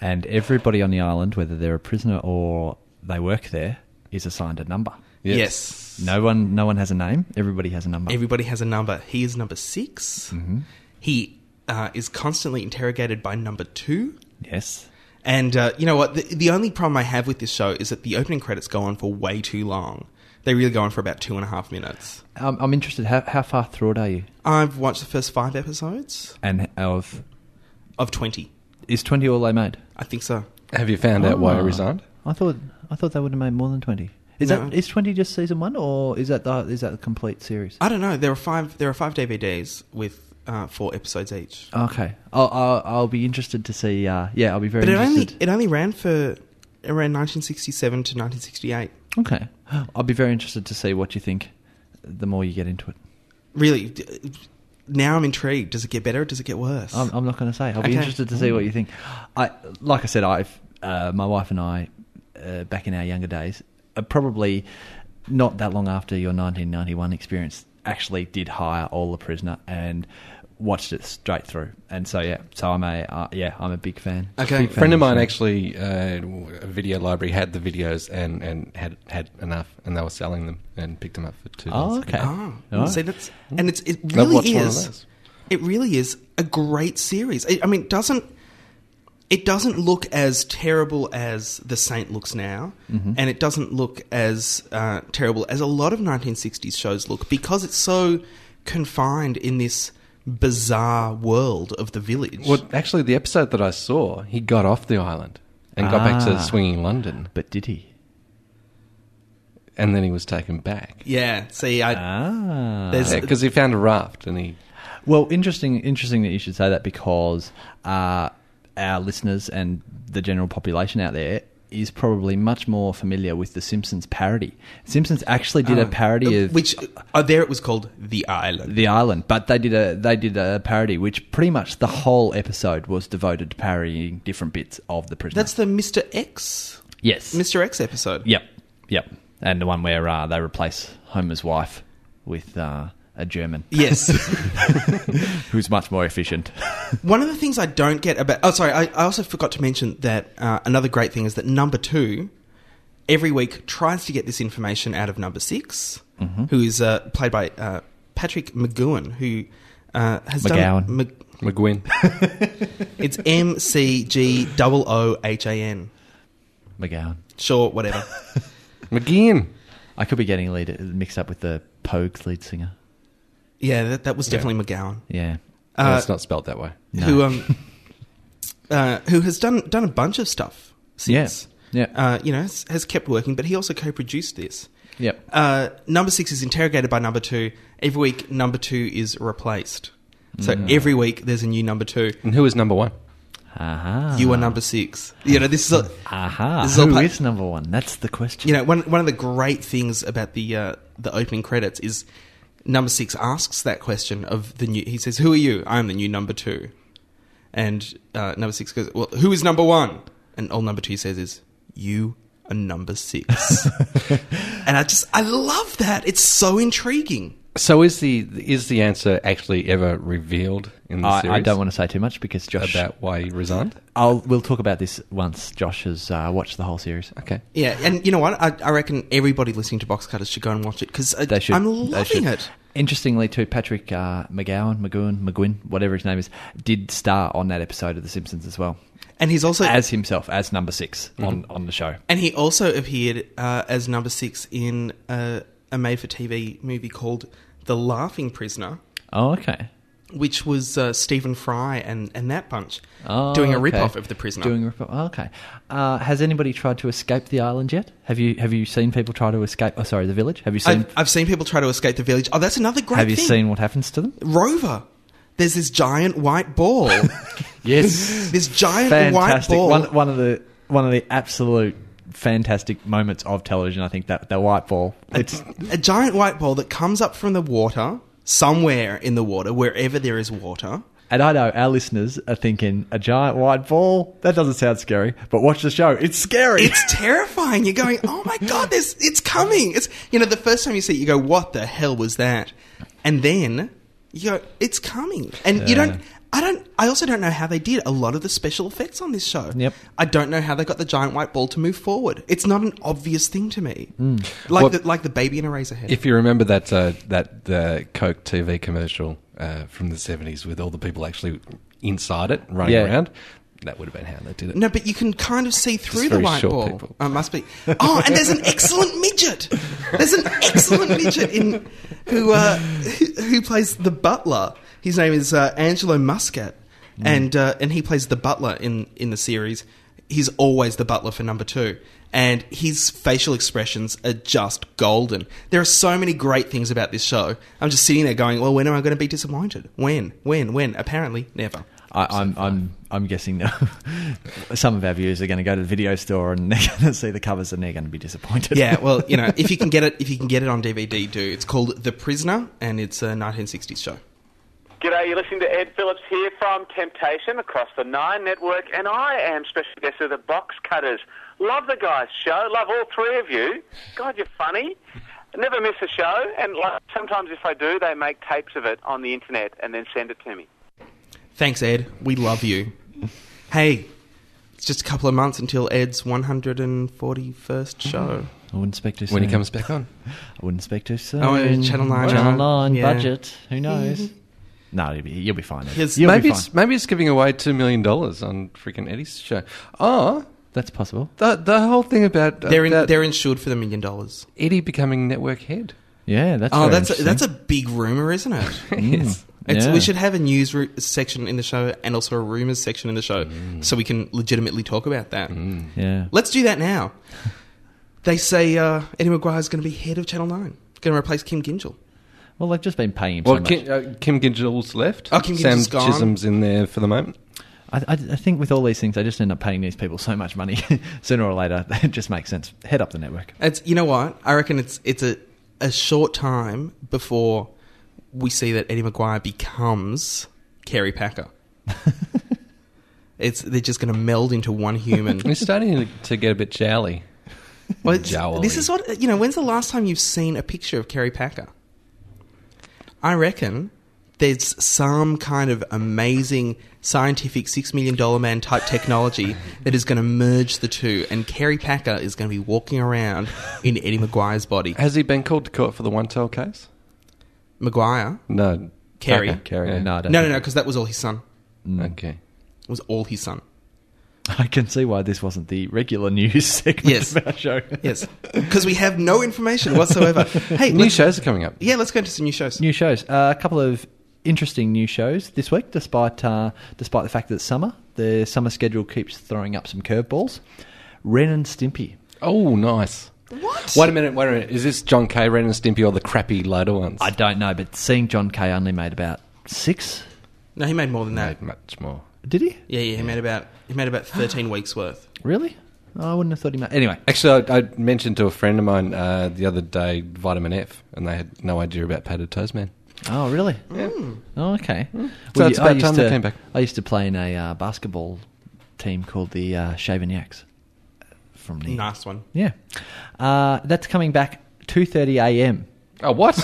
S4: And everybody on the island, whether they're a prisoner or they work there, is assigned a number.
S2: Yes. Yes.
S4: No one, no one has a name. Everybody has a number.
S2: Everybody has a number. He is number 6
S4: Mm-hmm.
S2: He uh, is constantly interrogated by number two.
S4: Yes.
S2: And uh, you know what? The, the only problem I have with this show is that the opening credits go on for way too long. They really go on for about two and a half minutes.
S4: I'm, I'm interested. How, how far through it are you?
S2: I've watched the first five episodes
S4: And of
S2: of 20.
S4: is twenty all they made?
S2: I think so.
S3: Have you found out why he
S4: Ah.
S3: resigned?
S4: I thought I thought they would have made more than twenty. Is
S2: No.
S4: that is twenty just season one, or is that the is that the complete series?
S2: I don't know. There are five. There are five DVDs with uh, four episodes each.
S4: Okay, I'll, I'll I'll be interested to see. Uh, yeah, I'll be very
S2: but it
S4: interested.
S2: only it only ran for around 1967 to 1968.
S4: okay, I'll be very interested to see what you think. The more you get into it,
S2: Really, d- now I'm intrigued. Does it get better? or Does it get worse?
S4: I'm, I'm not going to say. I'll be
S2: Okay. Oh.
S4: interested to see what you think. I like I said, I've uh, my wife and I uh, back in our younger days, uh, probably not that long after your 1991 experience, actually did hire All the Prisoner and watched it straight through. And so yeah, so I'm a uh, yeah, I'm a big fan.
S3: A
S4: Big fan
S3: friend of mine
S4: the show.
S3: actually, uh, a video library had the videos and, and had had enough, and they were selling them and picked them up for two.
S4: Oh,
S3: dollars.
S4: okay.
S2: Oh,
S4: All
S2: see,
S4: right.
S2: that's and it's it
S3: I've
S2: really
S3: watched one of
S2: is.
S3: those.
S2: It really is a great series. I, I mean, it doesn't it doesn't look as terrible as The Saint looks now,
S4: Mhm.
S2: and it doesn't look as uh, terrible as a lot of 1960s shows look because it's so confined in this bizarre world of the village.
S3: Well, actually, the episode that I saw, he got off the island and got back
S4: Ah.
S3: to swinging London,
S4: But did he?
S3: and then he was taken back
S2: Yeah. See, I
S4: Ah,
S2: there's
S3: because he found a raft and he.
S4: Well, interesting, interesting that you should say that because uh, our listeners and the general population out there is probably much more familiar with the Simpsons parody. Simpsons actually did a
S2: uh,
S4: parody of
S2: which uh, there it was called The Island.
S4: the island, but they did a they did a parody which pretty much the whole episode was devoted to parodying different bits of the prisoner.
S2: That's the Mr. X,
S4: yes,
S2: Mr. X episode.
S4: Yep, yep, and the one where uh, they replace Homer's wife with uh, a German
S2: Yes.
S4: who's much more efficient.
S2: One of the things I don't get about. Oh, sorry. I, I also forgot to mention that uh, another great thing is that number two, every week, tries to get this information out of number 6
S4: Mm-hmm.
S2: who is uh, played by uh, Patrick McGowan, who uh, has
S4: McGowan.
S2: done. Mc-
S3: McGuinn.
S2: it's M C G O O H A N.
S4: McGowan.
S2: Sure, whatever.
S3: McGinn.
S4: I could be getting lead mixed up with the Pogues lead singer.
S2: yeah, that, that was definitely McGowan.
S4: Yeah.
S3: no,
S2: Uh,
S3: it's not spelled that way.
S4: No.
S2: who um, uh, who has done done a bunch of stuff since.
S4: Yeah. Yeah.
S2: Uh, you know, has, has kept working, but he also co-produced this.
S4: Yep.
S2: Uh, number six is interrogated by number two. Every week, number two is replaced. So
S4: Mm.
S2: every week, there's a new number two.
S3: And who is number one?
S4: Aha.
S2: You are number six. You know, this is a,
S4: Aha.
S2: This is
S4: Uh-huh. Ah. Who
S2: all
S4: is
S2: part-
S4: number one? That's the question.
S2: you know one one of the great things about the uh, the opening credits is number six asks that question of the new. He says, "Who are you? I am the new number two. And uh, number six goes, "Well, who is number one?" And all number two says is, "You are number six. and I just I love that. It's so intriguing.
S3: So is the is the answer actually ever revealed in the
S4: I,
S3: series?
S4: I don't want to say too much because Josh.
S3: about why he resigned.
S4: I'll, we'll talk about this once Josh has uh, watched the whole series.
S3: Okay.
S2: Yeah, and you know what? I, I reckon everybody listening to Box Cutters should go and watch it because
S4: They should.
S2: I'm
S4: they
S2: loving
S4: should.
S2: it.
S4: Interestingly, too, Patrick uh, McGowan, McGowan, McGuinn, whatever his name is, did star on that episode of The Simpsons as well,
S2: And he's also
S4: as himself, as number 6
S2: Mm-hmm.
S4: on, on the show.
S2: and he also appeared uh, as number six in uh, a made-for-TV movie called The Laughing Prisoner,
S4: Oh, okay.
S2: which was uh, Stephen Fry and, and that bunch doing a
S4: Oh, okay.
S2: rip-off of The Prisoner.
S4: Doing a rip-off. oh, okay. Uh, has anybody tried to escape the island yet? Have you Have you seen people try to escape? Oh, sorry, the village. Have you seen
S2: I've, I've seen people try to escape the village. Oh, that's another great
S4: Have you
S2: thing.
S4: seen what happens to them?
S2: Rover. There's this giant white ball.
S4: Yes.
S2: this giant
S4: fantastic.
S2: white ball.
S4: One one of the one of the absolute fantastic moments of television. I think that the white ball. It's
S2: a giant white ball that comes up from the water, somewhere in the water, wherever there is water.
S4: and I know our listeners are thinking a giant white ball. That doesn't sound scary, but watch the show. It's scary.
S2: It's terrifying. You're going, oh my god, this it's coming. It's you know the first time you see it, you go, what the hell was that? And then you go, it's coming, and you
S4: Yeah.
S2: don't. I don't. I also don't know how they did a lot of the special effects on this show.
S4: Yep.
S2: I don't know how they got the giant white ball to move forward. It's not an obvious thing to me.
S4: Hmm.
S2: Like
S3: Well-
S2: the, like the baby in a razor head.
S3: If you remember that uh, that uh, Coke TV commercial uh, from the seventies with all the people actually inside it running
S4: Yeah.
S3: around, that would have been how they did it.
S2: no, but you can kind of see through the
S3: very
S2: white
S3: short
S2: ball.
S3: people.
S2: Oh, it must be. Oh, and there's an excellent midget. There's an excellent midget in who uh, who who plays the butler. His name is uh, Angelo Muscat,
S3: Mm.
S2: and uh, and he plays the butler in in the series. He's always the butler for number two, and his facial expressions are just golden. There are so many great things about this show. I'm just sitting there going, "Well, when am I going to be disappointed? When? When? When? Apparently, never."
S4: I, I'm, I'm, I'm guessing that some of our viewers are going to go to the video store and they're going to see the covers and they're going to be disappointed.
S2: yeah, well, you know, if you can get it, if you can get it on DVD, do. It's called The Prisoner, and it's a 1960s show.
S13: G'day, you're listening to Ed Phillips here from Temptation across the Nine Network, and I am special guest of the Box Cutters. Love the guys' show, love all three of you. God, you're funny. I never miss a show, and like, sometimes if I do, they make tapes of it on the internet and then send it to me.
S2: Thanks, Ed. We love you. hey, it's just a couple of months until Ed's 141st show.
S4: I wouldn't speak too soon.
S3: When he comes back on.
S4: I wouldn't speak too soon.
S2: Oh, yeah, Channel Nine,
S4: Channel
S2: Channel-
S4: 9
S2: yeah.
S4: budget. Who knows? no, you'll be, you'll be fine. Ed.
S2: His-
S4: You'll
S3: maybe
S4: be
S3: it's maybe it's giving away two million dollars on freaking Eddie's show. Oh,
S4: That's possible.
S3: the the whole thing about uh,
S2: They're in,
S3: about
S2: they're insured for the million dollars.
S3: Eddie becoming network head.
S4: Yeah, that's
S2: Oh,
S4: very
S2: that's a, that's a
S4: interesting. Mm.
S2: big rumor, isn't it?
S3: Yes.
S2: It's,
S4: Yeah.
S2: We should have a news ru- section in the show and also a rumors section in the show, so we can legitimately talk about that.
S4: Yeah.
S2: Let's do that now. they say uh, Eddie McGuire's going to be head of Channel Nine, going to replace Kim Gingell.
S4: Well, they've just been paying him
S3: Well,
S4: so much.
S3: Kim, uh, Kim Gingell's left.
S2: Oh, Kim
S3: Sam
S2: Gingell's gone.
S3: Chisholm's in there for the moment.
S4: I, I, I think with all these things, they just end up paying these people so much money. Sooner or later, it just makes sense. Head up the network.
S2: It's you know what I reckon. It's it's a a short time before we see that Eddie McGuire becomes Kerry Packer. it's they're just going to meld into one human.
S3: He's starting to get a bit jowly.
S2: Well, it's-
S3: Jowly.
S2: this is what you know. When's the last time you've seen a picture of Kerry Packer? I reckon there's some kind of amazing scientific six million dollar man type technology that is going to merge the two, and Kerry Packer is going to be walking around in Eddie McGuire's body.
S3: Has he been called to court for the one tail case?
S2: McGuire,
S3: No.
S2: Kerry, Mm.
S3: Okay.
S4: Kerry,
S3: Yeah.
S4: no, I don't
S2: no, no,
S4: think-
S2: no, because that was all his son.
S3: Okay.
S2: It was all his son.
S4: I can see why this wasn't the regular news segment
S2: Yes.
S4: of our show.
S2: Yes, because we have no information whatsoever. Hey,
S3: New
S2: let's-
S3: shows are coming up.
S2: Yeah, let's go into some new shows.
S4: New shows. Uh, a couple of interesting new shows this week, despite uh, despite the fact that it's summer. The summer schedule keeps throwing up some curveballs. Ren and Stimpy.
S3: Oh, nice.
S2: What?
S3: Wait a minute, wait a minute. Is this John K. Ren and Stimpy or the crappy later ones?
S4: I don't know, but seeing John Kay only made about six.
S2: No, he made more than that.
S3: Made much more.
S4: Did he?
S2: Yeah, yeah, he made about he made about thirteen weeks worth.
S4: Really? I wouldn't have thought he made. Anyway,
S3: Actually, I, I mentioned to a friend of mine uh, the other day Vitamin F, and they had no idea about Padded Toes Man.
S4: Oh, really? Oh, okay.
S3: Hmm. So it's
S4: I
S3: about
S4: used
S3: time they
S4: to-
S3: came back.
S4: I used to play in a uh, basketball team called the uh, Shaven Yaks. From the
S2: Nice one.
S4: yeah, uh, that's coming back two thirty a.m.
S3: Oh, what?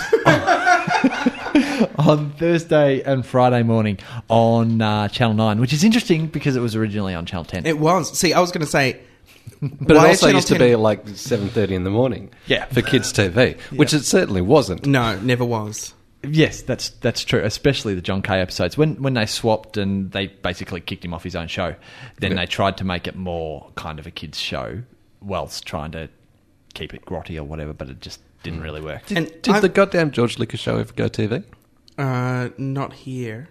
S4: on Thursday and Friday morning on uh, Channel Nine, which is interesting because it was originally on Channel Ten.
S2: It was. See, I was going to say,
S3: but
S2: Why
S3: it
S2: is
S3: also
S2: Channel
S3: used to
S2: 10
S3: be like 7.30 in the morning
S4: Yeah.
S3: for kids' TV, which it certainly wasn't.
S2: no, never was.
S4: Yes, that's that's true. Especially the John Kay episodes when when they swapped and they basically kicked him off his own show. Then
S3: Yeah.
S4: they tried to make it more kind of a kids' show, whilst trying to keep it grotty or whatever. But it just
S13: Mm.
S4: didn't really work.
S2: And
S3: Did
S2: I-
S3: the goddamn George Lucas show ever go TV?
S2: Uh, not here.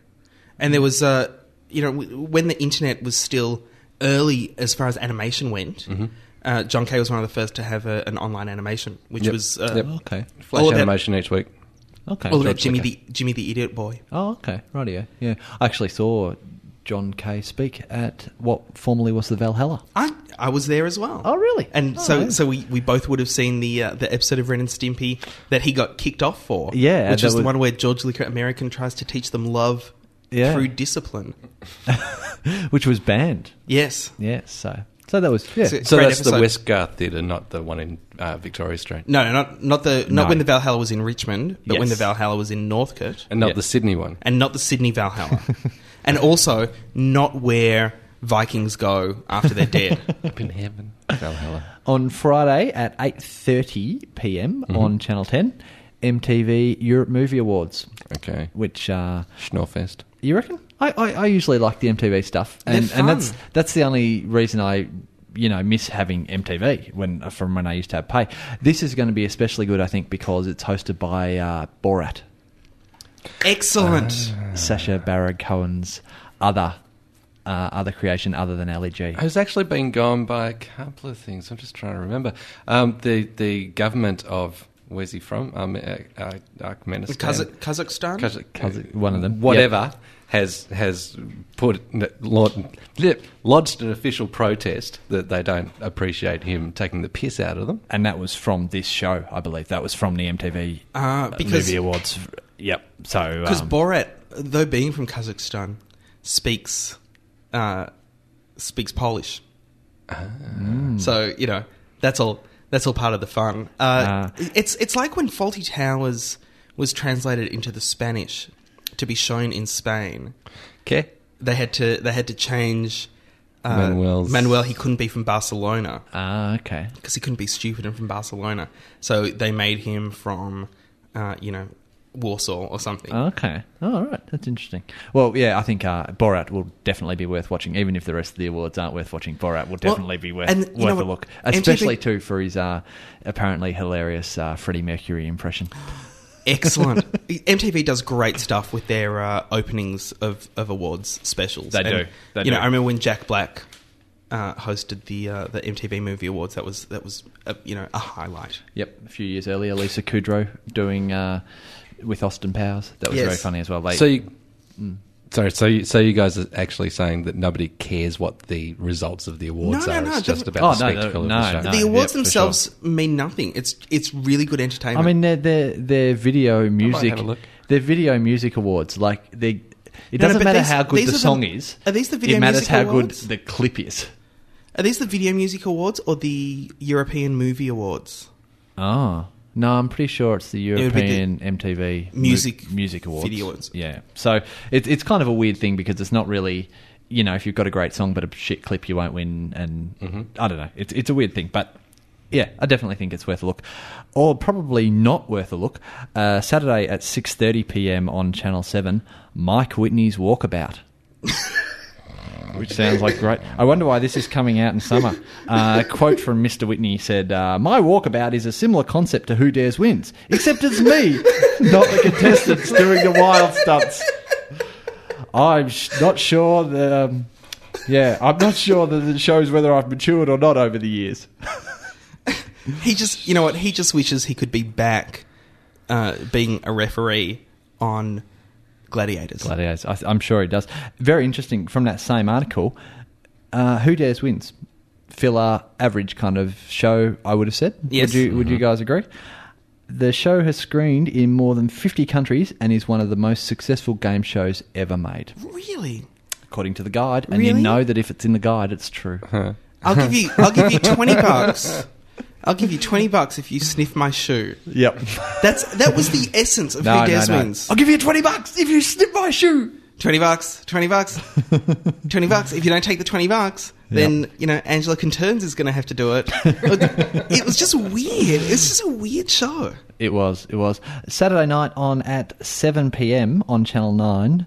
S2: And there was, uh, you know, w- when the internet was still early as far as animation went,
S3: Mhm.
S2: uh, John Kay was one of the first to have a, an online animation, which
S3: Yep.
S2: was uh,
S3: Yep. Flash
S2: all about-
S3: animation each week.
S13: Okay.
S2: all about
S13: George,
S2: Jimmy
S13: okay.
S2: the Jimmy the Idiot Boy.
S13: Oh, okay. Rightio. Yeah. I actually saw John Kay speak at what formerly was the Valhalla.
S2: I I was there as well.
S13: Oh, really?
S2: And
S13: Oh,
S2: so
S13: yeah.
S2: so we, we both would have seen the uh, the episode of Ren and Stimpy that he got kicked off for.
S13: Yeah,
S2: which
S13: that
S2: is the
S13: was-
S2: one where George Lucas American tries to teach them love
S13: Yeah.
S2: through discipline.
S13: Which was banned.
S2: Yes.
S13: Yes. So, so that was. Yeah.
S2: So-
S3: So
S2: Great
S3: that's the
S2: episode.
S3: Westgarth Theatre, not the one in uh, Victoria Street.
S2: No, no, not not the not
S3: No.
S2: when the Valhalla was in Richmond, but when the
S3: Yes.
S2: Valhalla was in Northcote,
S3: And not the Sydney one.
S2: and not the Sydney Valhalla, and also not where Vikings go after they're dead.
S3: Up in heaven. Valhalla.
S13: on Friday at 8:30 p.m. on Channel 10, MTV Europe Movie Awards,
S3: Okay.
S13: which uh,
S3: Schnorfest.
S13: you reckon? I, I, I usually like the MTV stuff,
S2: They're
S13: and, and that's
S2: fun.
S13: that's the only reason I you know miss having MTV when from when I used to have pay. This is going to be especially good, I think, because it's hosted by uh, Borat,
S2: Excellent.
S13: Ah, Sasha Baron Cohen's other uh, other creation other than Ali G.
S3: I was actually being gone by a couple of things. I'm just trying to remember. Um, the the government of where's he from? Um, uh, uh, Turkmenistan,
S2: Kazakh- Kazakhstan?
S3: Kazakh-
S13: Kazakh- one of them. Yep.
S3: whatever has has put lod- lodged an official protest that they don't appreciate him taking the piss out of them.
S13: and that was from this show, I believe. That was from the MTV
S2: Ah, because-
S13: uh, Movie Awards. Yep. So
S2: Because
S13: um,
S2: Borat, though being from Kazakhstan, speaks uh, speaks Polish. So you know that's all that's all part of the fun. Uh,
S13: Ah.
S2: It's it's like when Faulty Towers was translated into the Spanish to be shown in Spain.
S3: Okay.
S2: They had to they had to change. Uh,
S3: Manuel's-
S2: Manuel, he couldn't be from Barcelona
S13: ah, okay.
S2: because he couldn't be stupid and from Barcelona. So they made him from, uh, you know, Warsaw or something.
S13: Okay. Oh, all right. That's interesting. Well, yeah, I think uh, Borat will definitely be worth watching, even if the rest of the awards aren't worth watching. Borat will
S2: Well,
S13: definitely be worth,
S2: and you know
S13: worth a
S2: what?
S13: look,
S2: MTV
S13: especially too for his uh, apparently hilarious uh, Freddie Mercury impression.
S2: Excellent. MTV does great stuff with their uh, openings of, of awards specials.
S13: They do. They
S2: you know,
S13: do.
S2: I remember when Jack Black uh, hosted the uh, the MTV Movie Awards. That was that was a, you know a highlight.
S13: Yep, a few years earlier, Lisa Kudrow doing uh, with Austin Powers. That was
S2: Yes.
S13: very funny as well. They,
S3: So you, mm, sorry, so you, so you guys are actually saying that nobody cares what the results of the awards
S2: No, no,
S3: are.
S2: no,
S3: it's just
S2: doesn't-
S3: about
S13: Oh,
S3: the
S13: no, no,
S3: spectacle
S13: no,
S3: of the show.
S13: no.
S2: the
S13: Yep,
S2: awards
S3: for
S2: themselves
S3: sure.
S2: mean nothing. It's it's really good
S13: I
S2: entertainment.
S13: mean, their their their video music,
S3: have a look.
S13: their video music awards. Like they, it
S2: No, no,
S13: doesn't
S2: but
S13: matter
S2: these-
S13: how good
S2: these
S13: the
S2: are the-
S13: song is.
S2: are these the video
S13: It matters
S2: music
S13: how
S2: awards?
S13: good the clip is.
S2: are these the Video Music Awards or the European Movie Awards?
S13: Oh no, I'm pretty sure it's the
S2: would be the
S13: European MTV mu-
S2: music
S13: music awards.
S2: video awards.
S13: Yeah, so it, it's kind of a weird thing because it's not really. You know, if you've got a great song but a shit clip, you won't win. And
S2: Mm-hmm.
S13: I don't know. It's it's a weird thing, but yeah, I definitely think it's worth a look, or probably not worth a look. Uh, Saturday at six thirty p.m. on Channel Seven, Mike Whitney's Walkabout. Which sounds like great. I wonder why this is coming out in summer. Uh, quote from Mr. Whitney said, uh, "My walkabout is a similar concept to Who Dares Wins, except it's me, not the contestants doing the wild stunts. I'm sh- not sure the, um, yeah, I'm not sure that it shows whether I've matured or not over the years.
S2: He just, you know what? He just wishes he could be back uh, being a referee on Gladiators.
S13: Gladiators. I, I'm sure it does. Very interesting from that same article. Uh, Who dares wins? Filler, average kind of show. I would have said.
S2: Yes. Mm-hmm.
S13: Would you, would you guys agree? The show has screened in more than 50 countries and is one of the most successful game shows ever made,
S2: Really?
S13: according to the guide. And you
S2: Really?
S13: know that if it's in the guide, it's true.
S2: I'll give you. I'll give you twenty bucks. I'll give you twenty bucks if you sniff my shoe.
S13: Yep.
S2: That's that was the essence of
S13: No,
S2: who dares
S13: no, no.
S2: wins.
S13: I'll give you 20 bucks if you snip my shoe.
S2: Twenty bucks. Twenty bucks. twenty bucks. If you don't take the twenty bucks, then you know Angela Conterns is going to have to do it. it was just weird. It's just a weird show.
S13: It was. It was Saturday night on at seven p.m. on Channel Nine.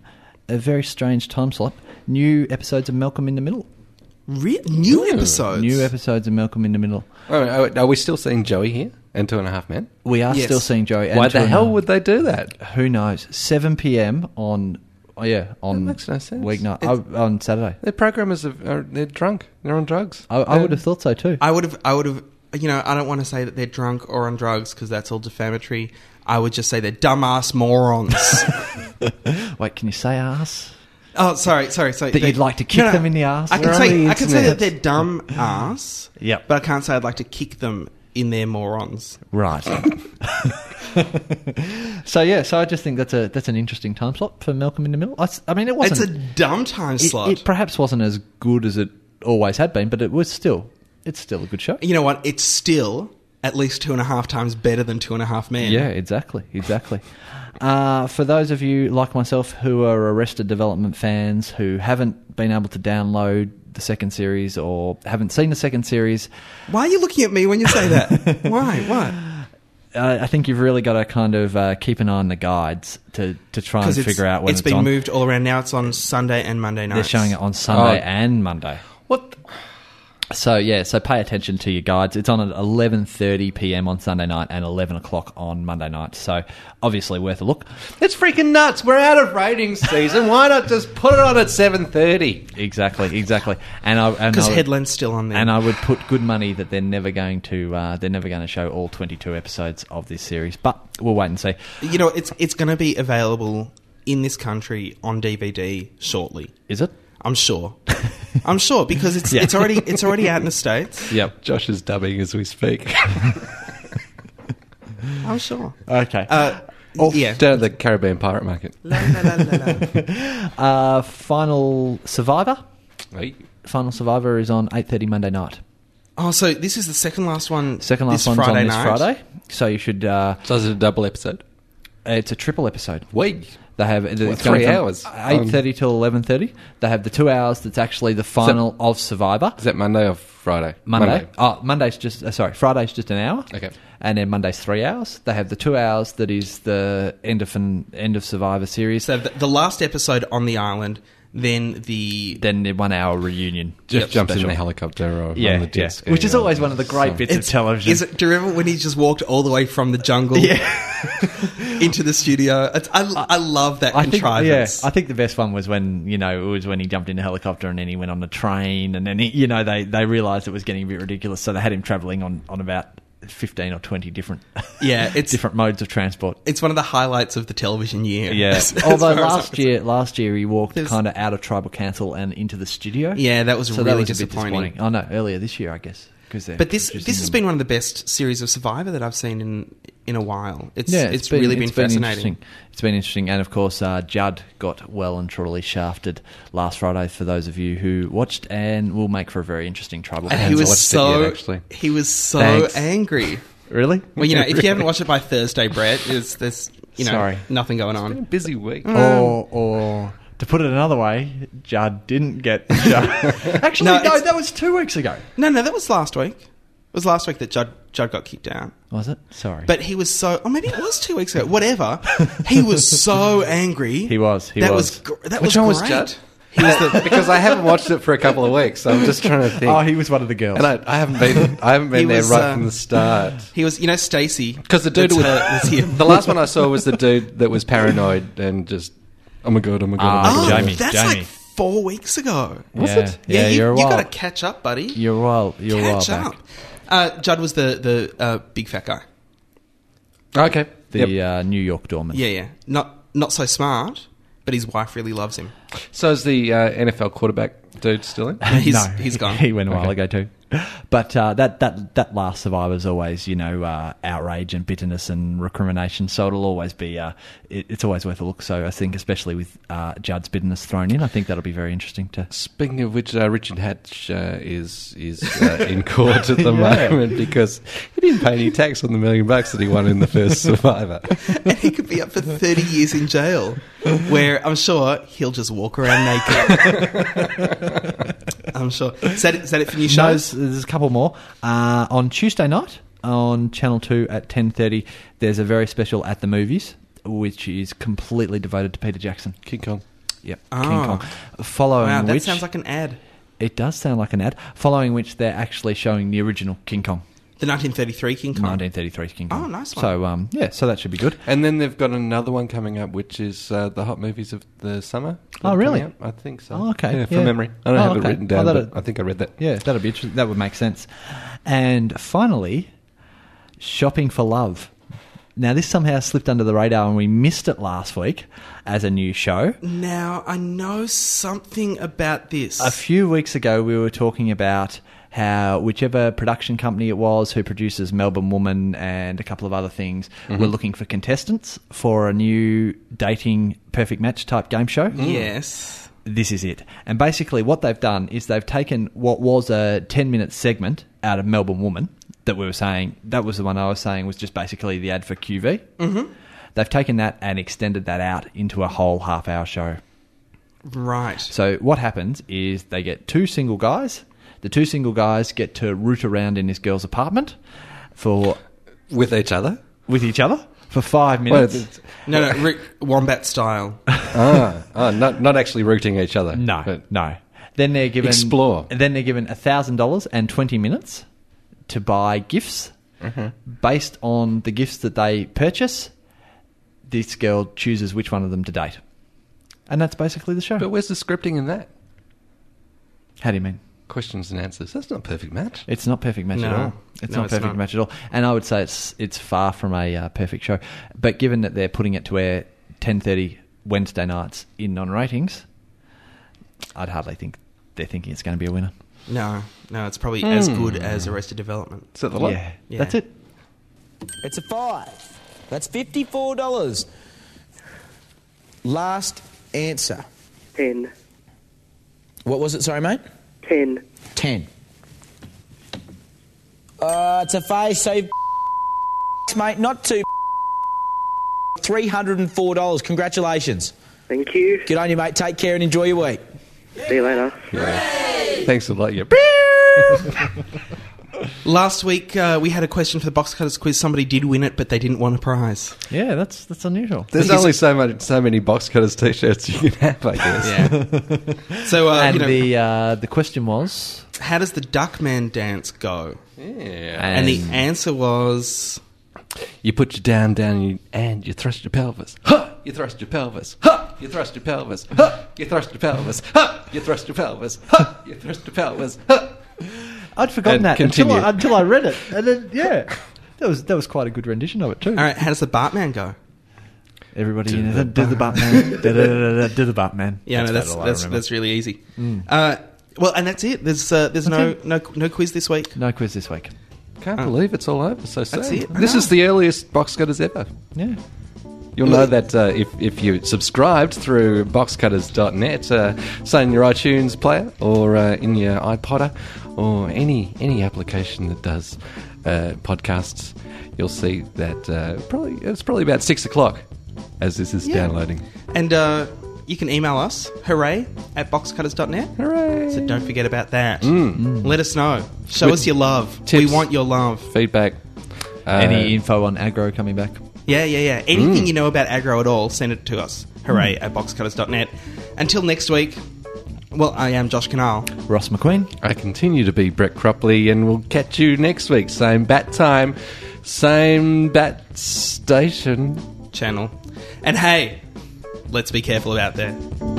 S13: A very strange time slot. New episodes of Malcolm in the Middle.
S2: Re- new episodes.
S13: New episodes of Malcolm in the Middle.
S3: Wait a minute, are we still seeing Joey here and Two and a Half Men?
S13: We are
S2: Yes.
S13: still seeing Joey. and
S3: Why the
S13: Jordan.
S3: hell would they do that?
S13: Who knows? Seven p.m. on Oh, yeah, on
S3: makes no sense.
S13: weeknight I, on Saturday.
S3: Their programmers are, are they're drunk. They're on drugs.
S13: I, I would have thought so too.
S2: Um, I would have. I would have. You know, I don't want to say that they're drunk or on drugs because that's all defamatory. I would just say they're dumbass morons.
S13: Wait, can you say ass?
S2: oh, sorry, sorry, sorry.
S13: That you'd like to kick them in the ass?
S2: I
S13: We're
S2: can
S13: on
S2: say
S13: the
S2: I can say that
S13: internet.
S2: they're dumb ass.
S13: Yep.
S2: but I can't say I'd like to kick them in their morons.
S13: Right. so yeah, so I just think that's a that's an interesting time slot for Malcolm in the Middle. I, s- I mean, it
S2: It's a
S13: wasn't.
S2: dumb time
S13: it-
S2: slot.
S13: It, perhaps wasn't as good as it always had been, but it was still it's still a good show.
S2: you know what? It's still at least two and a half times better than Two and a Half Men.
S13: Yeah, exactly, exactly. uh, for those of you like myself who are Arrested Development fans who haven't been able to download the second series or haven't seen the second series,
S2: Why are you looking at me when you say that? Why? Why?
S13: I I think you've really got to kind of uh, keep an eye on the guides to, to try and
S2: Because
S13: figure out when
S2: it's
S13: it's,
S2: been
S13: on.
S2: moved all around. Now it's on Sunday and Monday nights.
S13: They're showing it on Sunday
S2: Oh.
S13: and Monday. What? So yeah, so pay attention to your guides. It's on at eleven thirty p.m. on Sunday night and eleven o'clock on Monday night. So obviously worth a look.
S3: It's freaking nuts. We're out of ratings season. Why not just put it on at seven thirty?
S13: Exactly, exactly. And I and I
S2: Because
S13: would-
S2: Headland's still on there.
S13: And I would put good money that they're never going to uh, they're never going to show all twenty two episodes of this series. But we'll wait and see.
S2: you know, it's it's going to be available in this country on DVD shortly.
S13: Is it?
S2: I'm sure. I'm sure because it's
S3: Yeah.
S2: it's already it's already out in the states.
S3: Yep. Josh is dubbing as we speak.
S2: I'm sure.
S13: Okay.
S2: Uh,
S13: oh,
S2: yeah.
S3: Down at the Caribbean pirate market.
S13: uh, final Survivor.
S3: Hey.
S13: Final Survivor is on eight thirty Monday night.
S2: Oh, so this is the second last one.
S13: Second last
S2: this
S13: one's
S2: Friday
S13: on this
S2: night.
S13: Friday, so you should. Uh,
S3: So is it a double episode?
S13: It's a triple episode.
S3: Wait.
S13: They have it's
S3: What,
S13: going
S3: three
S13: from
S3: hours?
S13: eight thirty till eleven thirty. They have the two hours that's actually the final of Survivor.
S3: Is that Monday or Friday?
S13: Monday. Oh, Monday's just uh, sorry. Friday's just an hour.
S3: Okay.
S13: And then Monday's three hours. They have the two hours that is the end of an end of Survivor series.
S2: So the, the last episode on the island, then the
S13: then the one hour reunion.
S3: Just
S13: Yep.
S3: jumps
S13: Special.
S3: in a helicopter or
S13: Yeah,
S3: on the
S13: yeah.
S3: jet ski
S13: Which is
S3: or-
S13: always one of the great bits of television.
S2: Is it, do you remember when he just walked all the way from the jungle into the studio? It's, I, I, love that
S13: I think, yeah,
S2: contrivance.
S13: I think the best one was when you know it was when he jumped in a helicopter and then he went on the train and then he, you know they they realised it was getting a bit ridiculous, so they had him travelling on on about fifteen or twenty different
S2: Yeah, it's-
S13: different modes of transport.
S2: it's one of the highlights of the television year. As- as
S13: Although
S2: far as I'm
S13: last year, last year he walked
S2: There's-
S13: kind of out of tribal council and into the studio.
S2: Yeah, that was
S13: so that
S2: really
S13: was a bit
S2: disappointing.
S13: disappointing. Oh no, earlier this year, I guess. Cause they're
S2: But this
S13: producing
S2: this has
S13: them.
S2: been one of the best series of Survivor that I've seen in in a while. It's
S13: yeah,
S2: it's, really been, fascinating.
S13: interesting. It's been interesting, and of course, uh, Judd got well and truly shafted last Friday. For those of you who watched, and will make for a very interesting tribal.
S2: And he
S13: council.
S3: I
S2: was
S3: watched it yet,
S2: so
S3: actually.
S2: he was so
S13: Thanks.
S2: angry.
S13: really
S2: Well, you know, if you haven't watched it by Thursday, Brett, is there's you know
S13: Sorry.
S2: nothing going on.
S3: Busy week.
S2: um,
S13: or or to put it another way, Judd didn't get. Actually,
S2: No,
S13: Oh, no,
S2: it's-
S13: that was two weeks ago.
S2: No, no, that was last week. It was last week that Judd Judd got kicked out.
S13: Was it? Sorry,
S2: But he was so, or maybe it was two weeks ago. Whatever. He was so angry.
S13: He was, he
S2: that
S13: was.
S2: gr- that
S3: Which
S2: was
S3: one was
S2: great.
S3: Judd? because I haven't watched it for a couple of weeks, so I'm just trying to think.
S13: oh, he was one of the girls.
S3: and I, I haven't been. I haven't
S2: He
S3: been there
S2: was,
S3: right
S2: uh,
S3: from the start.
S2: He was, you know, Stacy.
S3: Because the dude
S2: That's
S3: with
S2: her- that's him.
S3: the last one I saw was the dude that was paranoid and just oh my god, oh my god, oh
S2: Oh,
S3: my god.
S13: Jamie,
S2: that's
S13: Jamie.
S2: like four weeks ago.
S13: Was Yeah, it? yeah,
S2: you,
S13: you're a
S2: you
S13: while-
S2: got to catch up, buddy.
S13: you're well. You're well
S2: catch
S13: back.
S2: up. Uh, Judd was the the uh, big fat guy.
S3: Okay,
S13: The
S3: Yep.
S13: uh, New York doorman.
S2: Yeah, yeah. Not not so smart, but his wife really loves him.
S3: So is the uh, NFL quarterback dude still in?
S2: He's,
S13: no,
S2: he's gone.
S13: He went a while ago too. But uh, that that that last survivor's always, you know, uh, outrage and bitterness and recrimination. So it'll always be. Uh, it, it's always worth a look. So I think, especially with uh, Judd's bitterness thrown in, I think that'll be very interesting to.
S3: Speaking of which, uh, Richard Hatch uh, is is uh, in court at the
S13: Yeah.
S3: moment because he didn't pay any tax on the million bucks that he won in the first Survivor.
S2: and he could be up for 30 years in jail, where I'm sure he'll just walk around naked. I'm sure. Is that, it- is that it for new
S13: No,
S2: shows?
S13: there's, there's a couple more uh, on Tuesday night on Channel Two at ten thirty. There's a very special at the movies, which is completely devoted to Peter Jackson.
S3: King Kong.
S13: Yep,
S2: Ah.
S13: King Kong. Following
S2: Wow, that
S13: which,
S2: sounds like an ad.
S13: It does sound like an ad. Following which, they're actually showing the original King Kong.
S2: The 1933 King Kong.
S4: 1933 King Kong.
S2: Oh, nice one.
S4: So um, yeah, so that should be good.
S3: And then they've got another one coming up, which is uh, the hot movies of the summer.
S4: Oh,
S3: that are
S4: really?
S3: coming up. I think so.
S4: Oh, okay.
S3: Yeah, from
S4: Yeah.
S3: memory. I don't
S4: Oh,
S3: have
S4: okay.
S3: it written down,
S4: Oh,
S3: but
S4: that'd-
S3: I think I read that.
S4: Yeah, that'd be interesting. That would make sense. And finally, shopping for love. Now this somehow slipped under the radar, and we missed it last week as a new show.
S2: Now, I know something about this.
S4: A few weeks ago, we were talking about how whichever production company it was who produces Melbourne Woman and a couple of other things were looking for contestants for a new dating perfect match type game show.
S2: Mm. Yes.
S4: This is it. And basically, what they've done is they've taken what was a 10 minute segment out of Melbourne Woman that we were saying, that was the one I was saying was just basically the ad for QV.
S3: Mm-hmm.
S2: Mhm.
S4: They've taken that and extended that out into a whole half hour show.
S2: Right.
S4: So what happens is they get two single guys. The two single guys get to root around in this girl's apartment for
S3: with each other.
S4: With each other for five minutes.
S2: No,
S4: uh,
S2: no, Rick, Wombat style.
S3: ah, ah, not not actually rooting each other.
S4: No, no. Then they're given
S3: Explore.
S4: Then they're given thousand dollars and twenty minutes to buy gifts.
S3: Mhm.
S4: Based on the gifts that they purchase, this girl chooses which one of them to date, and that's basically the show.
S3: But where's the scripting in that?
S4: How do you mean?
S3: Questions and answers. That's not a perfect match.
S4: It's not perfect match at
S3: No.
S4: all. It's
S3: No,
S4: not
S3: it's
S4: perfect
S3: not.
S4: match at all. And I would say it's it's far from a uh, perfect show. But given that they're putting it to air 10:30 Wednesday nights in non-ratings, I'd hardly think they're thinking it's going to be a winner.
S2: No, no, it's probably as
S4: Hmm.
S2: good as Arrested Development.
S4: Is that the lot? Yeah, that's it.
S1: It's a five. That's fifty-four dollars. Last answer.
S14: Ten.
S1: What was it? Sorry, mate.
S14: Ten.
S1: Ten. Uh, it's a phase. So, mate, not two. Three hundred and four dollars. Congratulations.
S14: Thank you.
S1: Good on you, mate. Take care and enjoy your week.
S14: See you later.
S3: Thanks a lot. You.
S2: Last week uh, we had a question for the box cutters quiz. Somebody did win it, but they didn't win a prize.
S4: Yeah, that's that's unusual.
S3: There's only so much, so many box cutters t-shirts you can have, I guess.
S2: Yeah. so uh,
S4: and
S2: you know,
S4: the uh, the question was
S2: how does the Duckman dance go? Yeah. And,
S3: And-
S2: the answer was
S3: You put your down, down, and you, and you thrust your pelvis. Ha! You thrust your pelvis. Ha! You thrust your pelvis. Ha! You thrust your pelvis. Ha! You thrust your pelvis. Ha! You thrust your pelvis. Ha!
S4: I'd forgotten
S3: And
S4: that until
S3: continue.
S4: I, until I read it, and then yeah, that was that was quite a good rendition of it too.
S2: all right. How does the Bartman go?
S4: Everybody, do, the, do the Batman, do, the- do the Batman.
S2: Yeah, no, that's
S4: about all I
S2: that's,
S4: remember.
S2: that's really easy.
S4: Mm.
S2: Uh, well, and that's it. There's uh, there's no,
S4: That's
S2: no no quiz this week.
S4: no quiz this week.
S3: Can't
S2: Oh.
S3: believe it's all over so soon.
S2: That's it. I
S3: This
S2: know.
S3: is the earliest box cutters ever.
S4: Yeah.
S3: You'll know that uh, if, if you subscribed through boxcutters.net, uh, say in your iTunes player or uh, in your iPodder or any any application that does uh, podcasts, you'll see that uh, probably it's probably about six o'clock as this is
S2: Yeah.
S3: downloading.
S2: And uh, you can email us, hooray, at boxcutters.net.
S3: Hooray.
S2: So don't forget about that.
S3: Mm. Mm.
S2: Let us know. Show
S3: With
S2: us your love. We
S3: tips.
S2: want your love.
S3: Feedback. Uh,
S4: Any info on aggro coming back?
S2: Yeah, yeah, yeah. Anything
S4: Mm.
S2: you know about aggro at all, send it to us. Hooray
S3: Mm.
S2: at boxcutters.net. Until next week, well, I am Josh Canal.
S4: Ross McQueen.
S3: I continue to be Brett Cropley, and we'll catch you next week. Same bat time, same bat station.
S2: Channel. And hey, let's be careful about that.